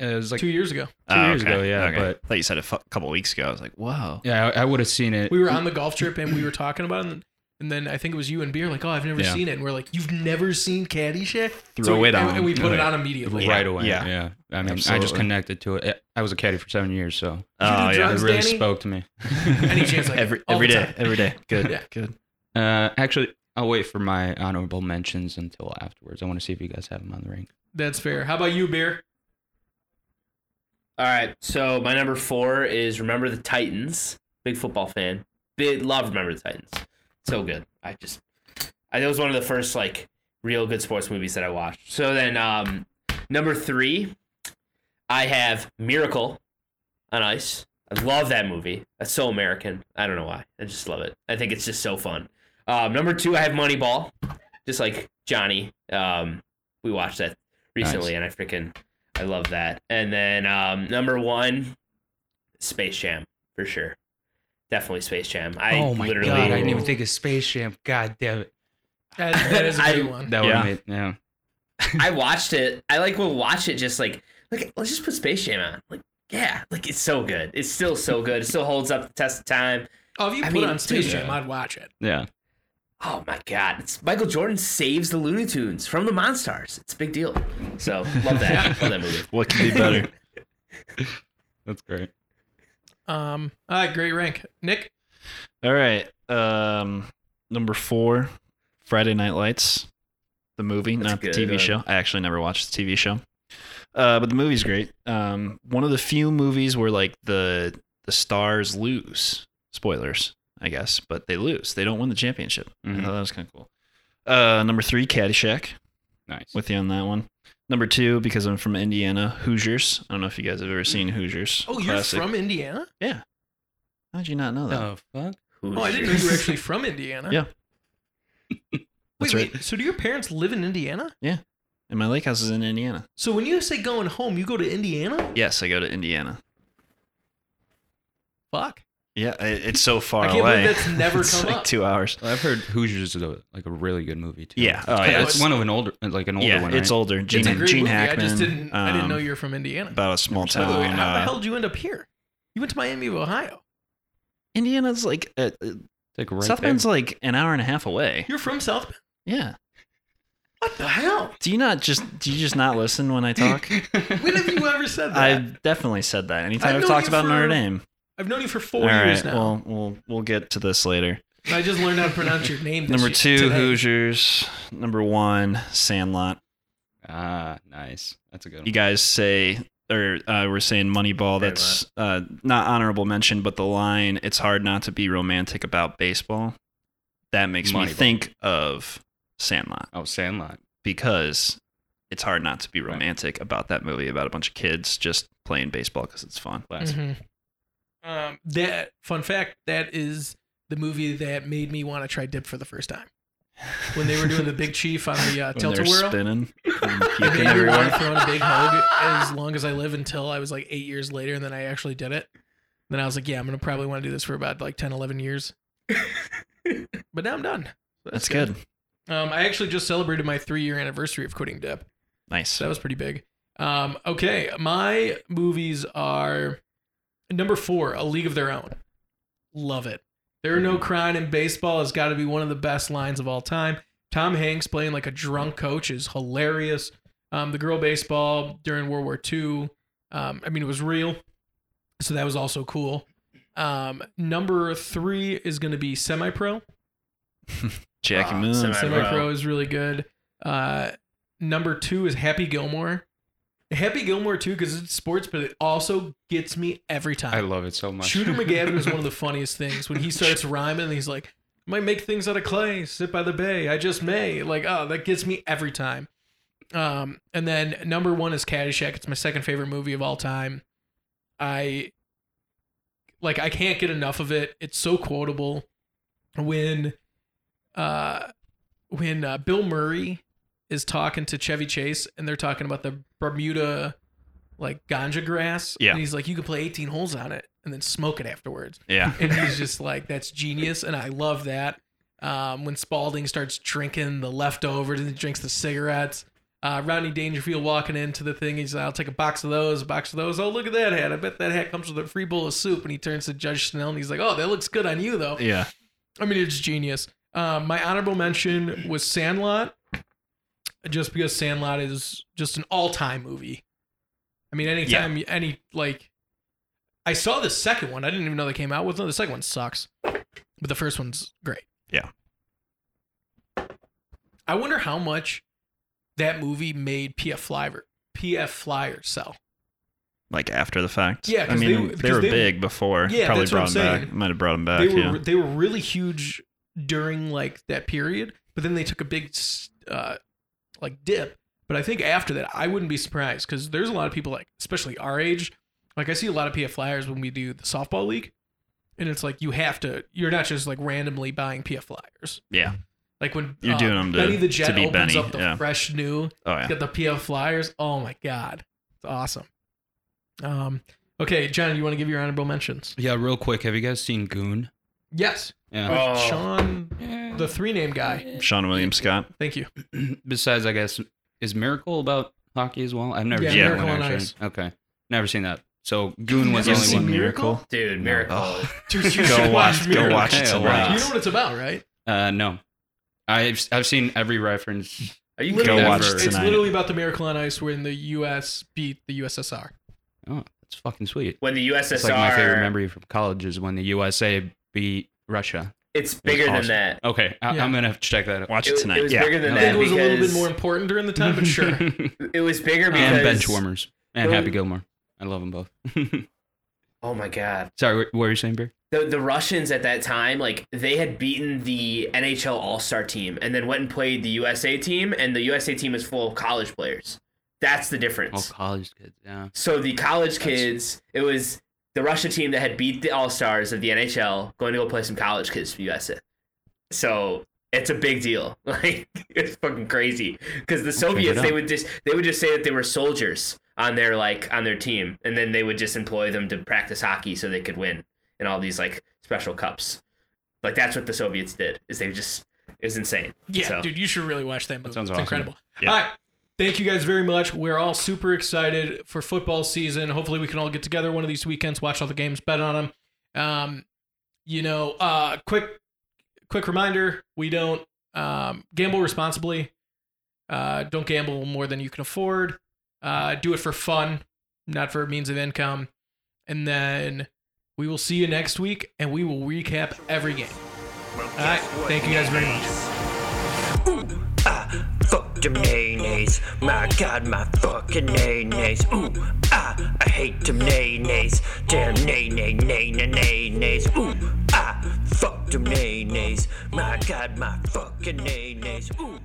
C: it was like,
A: Two years ago.
D: Two
C: years ago, yeah, but-
D: I Oh, thought you said a fu- couple weeks ago. I was like, whoa.
C: yeah, I, I would have seen it.
A: we were on the golf trip and we were talking about it. And, and then I think it was you and Beer like, oh, I've never
C: Yeah.
A: seen it. And we're like, you've never seen Caddyshack?
D: Throw
A: we-
D: it
A: and-
D: on.
A: And we put it
D: Yeah.
A: on immediately.
C: right away.
D: yeah.
C: Yeah. I mean, I just
D: Absolutely.
C: connected to it. I was a caddy for seven years, so
D: Oh,
A: do
D: yeah.
C: it
A: drugs?
C: really
A: Danny?
C: spoke to me.
A: Any chance like
D: every
A: all
D: every
A: the
D: day,
A: time.
D: every day. Good,
A: Yeah.
D: good.
C: Uh, actually, I'll wait for my honorable mentions until afterwards. I want to see if you guys have them on the ring.
A: That's fair. How about you, Beer?
E: All right. So my number four is Remember the Titans. Big football fan. Big, love Remember the Titans. So good. I just, I, that was one of the first like real good sports movies that I watched. So then, um, number three, I have Miracle on Ice. I love that movie. That's so American. I don't know why. I just love it. I think it's just so fun. Um, number two, I have Moneyball. Just like Johnny, um, we watched that recently, and I freaking I love that. And then um, number one, Space Jam for sure. Definitely Space Jam. I
A: Oh
E: literally,
C: think of Space Jam. God damn it.
A: That, that is a
E: I-
A: good one.
C: That
D: Yeah.
C: would make yeah.
E: I watched it. I like will watch it just like like let's just put Space Jam on. Like yeah, like it's so good. It's still so good. It still holds up the test of time.
A: Oh, if you
E: I
A: put
E: mean,
A: on Space
E: dude,
A: Jam,
C: yeah.
A: I'd watch it.
C: Yeah.
E: Oh my god! It's Michael Jordan saves the Looney Tunes from the Monstars. It's a big deal. So love that. love that movie.
D: What could be better?
C: That's great.
A: Um, all right, great rank. Nick?
D: All right. Um, number four, Friday Night Lights, the movie,
E: That's
D: not the
E: good,
D: TV
E: uh,
D: show. I actually never watched the TV show, uh, but the movie's great. Um, one of the few movies where like the the stars lose. Spoilers, I guess, but they lose. They don't win the championship.
C: Mhm.
D: I thought that was kind of cool. Uh, number three, Caddyshack.
C: Nice.
D: With you on that one. Number two, because I'm from Indiana, Hoosiers. I don't know if you guys have ever seen Hoosiers.
A: Oh, you're
D: Classic.
A: from Indiana?
D: How did you not know that?
C: fuck?
E: Who's
A: Oh, I didn't know you were actually from Indiana.
D: Yeah,
A: wait,
D: That's right.
A: wait, so do your parents live in Indiana?
D: And my lake house is in Indiana.
A: So when you say going home, you go to Indiana?
D: Yes, I go to Indiana.
A: Fuck.
D: Yeah, i- it's so far
A: I can't believe
D: away.
A: that's never
D: it's
A: come
D: like
A: up.
D: two hours.
C: Well, I've heard Hoosiers is a, like a really good movie too.
D: Yeah. Oh,
C: It's-
D: yeah.
C: It's
A: it's-
C: one of an older like an older
D: yeah,
C: one.
D: it's
C: right?
D: older. Gene,
A: it's a great
D: Gene
A: movie.
D: Hackman.
A: I just didn't, I didn't know
D: um,
A: you were from Indiana.
D: about a small
A: By the way,
D: town.
A: how the
D: Uh,
A: hell did you end up here? You went to Miami of Ohio.
D: Indiana's like uh, uh,
C: It's like right
D: South Bend's like an hour and a half away.
A: You're from South Bend.
D: Yeah,
A: What the hell?
D: Do you not just do you just not listen when I talk?
A: When have you ever said that? I've,
D: I've definitely said that anytime
A: I've
D: I've
A: known
D: talked
A: you
D: about
A: for
D: Notre Dame.
A: known you for four
D: All
A: years
D: right,
A: now.
D: well, we'll we'll get to this later.
A: I just learned how to pronounce your name. This
D: Number
A: year-
D: two,
A: today.
D: Hoosiers. Number one, Sandlot.
C: ah, nice. That's a good one.
D: You guys say, or uh, we're saying Moneyball.
E: Very
D: That's uh, not honorable mention, but the line, it's hard not to be romantic about baseball. That makes me
C: Moneyball.
D: think of Sandlot
C: oh, Sandlot.
D: because it's hard not to be
C: Right.
D: romantic about that movie about a bunch of kids just playing baseball because it's fun.
A: Mm-hmm.
C: Classic.
A: Mhm. Um, that fun fact that is the movie that made me want to try dip for the first time when they were doing the Big Chief on the uh,
D: When they're
A: Delta World.
D: spinning and
A: It
D: puking
A: made me
D: everywhere.
A: want to throw in a big hug as long as I live until I was like eight years later, and then I actually did it. Then I was like, yeah, I'm gonna probably want to do this for about like 10, 11 years. but now I'm done.
D: That's good.
A: Um, I actually just celebrated my three year anniversary of quitting dip.
D: Nice.
A: So that was pretty big. Um, okay, my movies are number four, A League of Their Own. Love it. There are no crying in baseball has got to be one of the best lines of all time. Tom Hanks playing like a drunk coach is hilarious. Um, the girl baseball during World War II, um, I mean, it was real, so that was also cool. Um, number three is going to be Semi Pro.
D: Jackie
E: Ah,
D: Moon.
E: semi-
A: Semi Pro
E: Pro.
A: is really good. Uh, number two is Happy Gilmore. Happy Gilmore too, because it's sports, but it also gets me every
C: I
A: time.
C: love it so much.
A: Uh, Shooter McGavin is one of the funniest things when he starts rhyming. and He's like, "Might make things out of clay, sit by the bay. I just may." Like, oh, that gets me every time. Um, and then number one is Caddyshack. It's my second favorite movie of all time. I like I can't get enough of it. It's so quotable. When uh when uh, Bill Murray is talking to Chevy Chase and they're talking about the Bermuda like ganja grass.
D: Yeah.
A: And he's like, you can play 18 holes on it and then smoke it afterwards.
D: Yeah.
A: And he's just like, that's genius. And I love that. Um, when Spalding starts drinking the leftovers and he drinks the cigarettes. Uh, Rodney Dangerfield walking into the thing. He's like, I'll take a box of those, a box of those. Oh, look at that hat. I bet that hat comes with a free bowl of soup. And he turns to Judge Snell and he's like, oh, that looks good on you, though.
D: Yeah.
A: I mean, it's genius. Um, my honorable mention was Sandlot, just because Sandlot is just an all-time movie. I mean, anytime, any like, I saw the second one. I didn't even know they came out with one. The second one sucks, but the first one's great.
D: Yeah.
A: I wonder how much that movie made PF Flyer PF Flyer sell.
D: Like after the fact.
A: Yeah,
D: I
A: 'cause
D: mean,
A: they-
D: they,
A: 'cause
D: were
A: they-
D: big before.
A: Yeah,
D: Probably
A: that's what
D: brought
A: I'm
D: them back.
A: saying.
D: Might have brought them
A: they
D: back.
A: were
D: yeah.
A: they were really huge during like that period, but then they took a big s- uh, like dip. But I think after that, I wouldn't be surprised because there's a lot of people like, especially our age, like I see a lot of PF flyers when we do the softball league, and it's like you have to. You're not just like randomly buying PF flyers.
D: Yeah.
A: Like when uh,
D: You're doing 'em to-
A: Benny the Jet
D: to be
A: opens
D: Benny,
A: up the
D: yeah.
A: fresh new
D: Oh yeah.
A: Got the PF flyers. Oh my god, it's awesome. Um, okay, John, you want to give your honorable mentions?
C: Yeah, real quick. Have you guys seen Goon?
A: Yes,
C: Yeah.
E: Oh.
A: Sean
C: Yeah.
A: the three name guy.
D: Sean William Scott.
A: Thank you.
C: Besides, I guess is Miracle about hockey as well. I've never
A: Yeah,
C: seen that
A: Miracle
C: one
A: on
C: actually.
A: Ice.
C: Okay, never seen that. So Goon was
A: You've never
C: the only
A: seen
C: one.
A: Miracle?
E: Dude,
C: No.
E: Miracle.
A: Dude, you
D: Go
A: should
D: watch- go
A: Miracle.
D: watch it
A: Hey,
D: tonight.
A: You know what it's about, right?
C: Uh, no, I've I've seen every reference.
E: Are you
A: Literally,
E: kidding me?
D: watch
A: it's,
D: it
A: It's
D: tonight.
A: literally about the Miracle on Ice when the U.S. beat the USSR.
C: Oh, that's fucking sweet.
E: When the USSR,
C: It's like my favorite memory from college is when the USA beat Russia.
E: it's bigger
C: Awesome.
E: than that.
C: Okay, I,
A: Yeah.
C: I'm gonna have to check that out.
D: Watch it,
E: It,
D: tonight.
E: it was
D: yeah.
E: bigger than
C: I
A: I
E: that
A: think it was a little bit
E: because
A: more important during the time, but sure.
E: it was bigger because
C: and bench warmers and
E: Those-
C: Happy Gilmore. I love them both.
E: Oh my god.
C: Sorry, what what were you saying, Bear?
E: the the Russians at that time, like they had beaten the NHL All Star team and then went and played the USA team, and the USA team is full of college players. That's the
C: Oh,
E: difference.
C: college kids. Yeah.
E: So the college
C: That's-
E: kids, it was the Russia team that had beat the All Stars of the NHL, going to go play some college kids for USA. So it's a big deal. Like it's fucking crazy because the
C: check it
E: Soviets they
C: out.
E: would just they would just say that they were soldiers on their like on their team, and then they would just employ them to practice hockey so they could win in all these like special cups. Like that's what the Soviets did. Is they just it was insane.
A: Yeah,
E: So-
A: dude, you should really watch that movie.
C: sounds
A: it's
C: awesome.
A: incredible.
D: Yeah.
A: All right. Thank you guys very much. We're all super excited for football season. Hopefully, we can all get together one of these weekends, watch all the games, bet on them. Um, you know, uh, quick, quick reminder: we don't um, gamble responsibly. Uh, don't gamble more than you can afford. Uh, do it for fun, not for means of income. And then we will see you next week, and we will recap every game. All right. Thank you guys very much.
F: Fuck them nays. My god, my fucking nays. Ooh, ah, I hate them nays. Damn nay nay nay nay nays. Ooh, ah, fuck them nays. My god, my fucking nays. Ooh.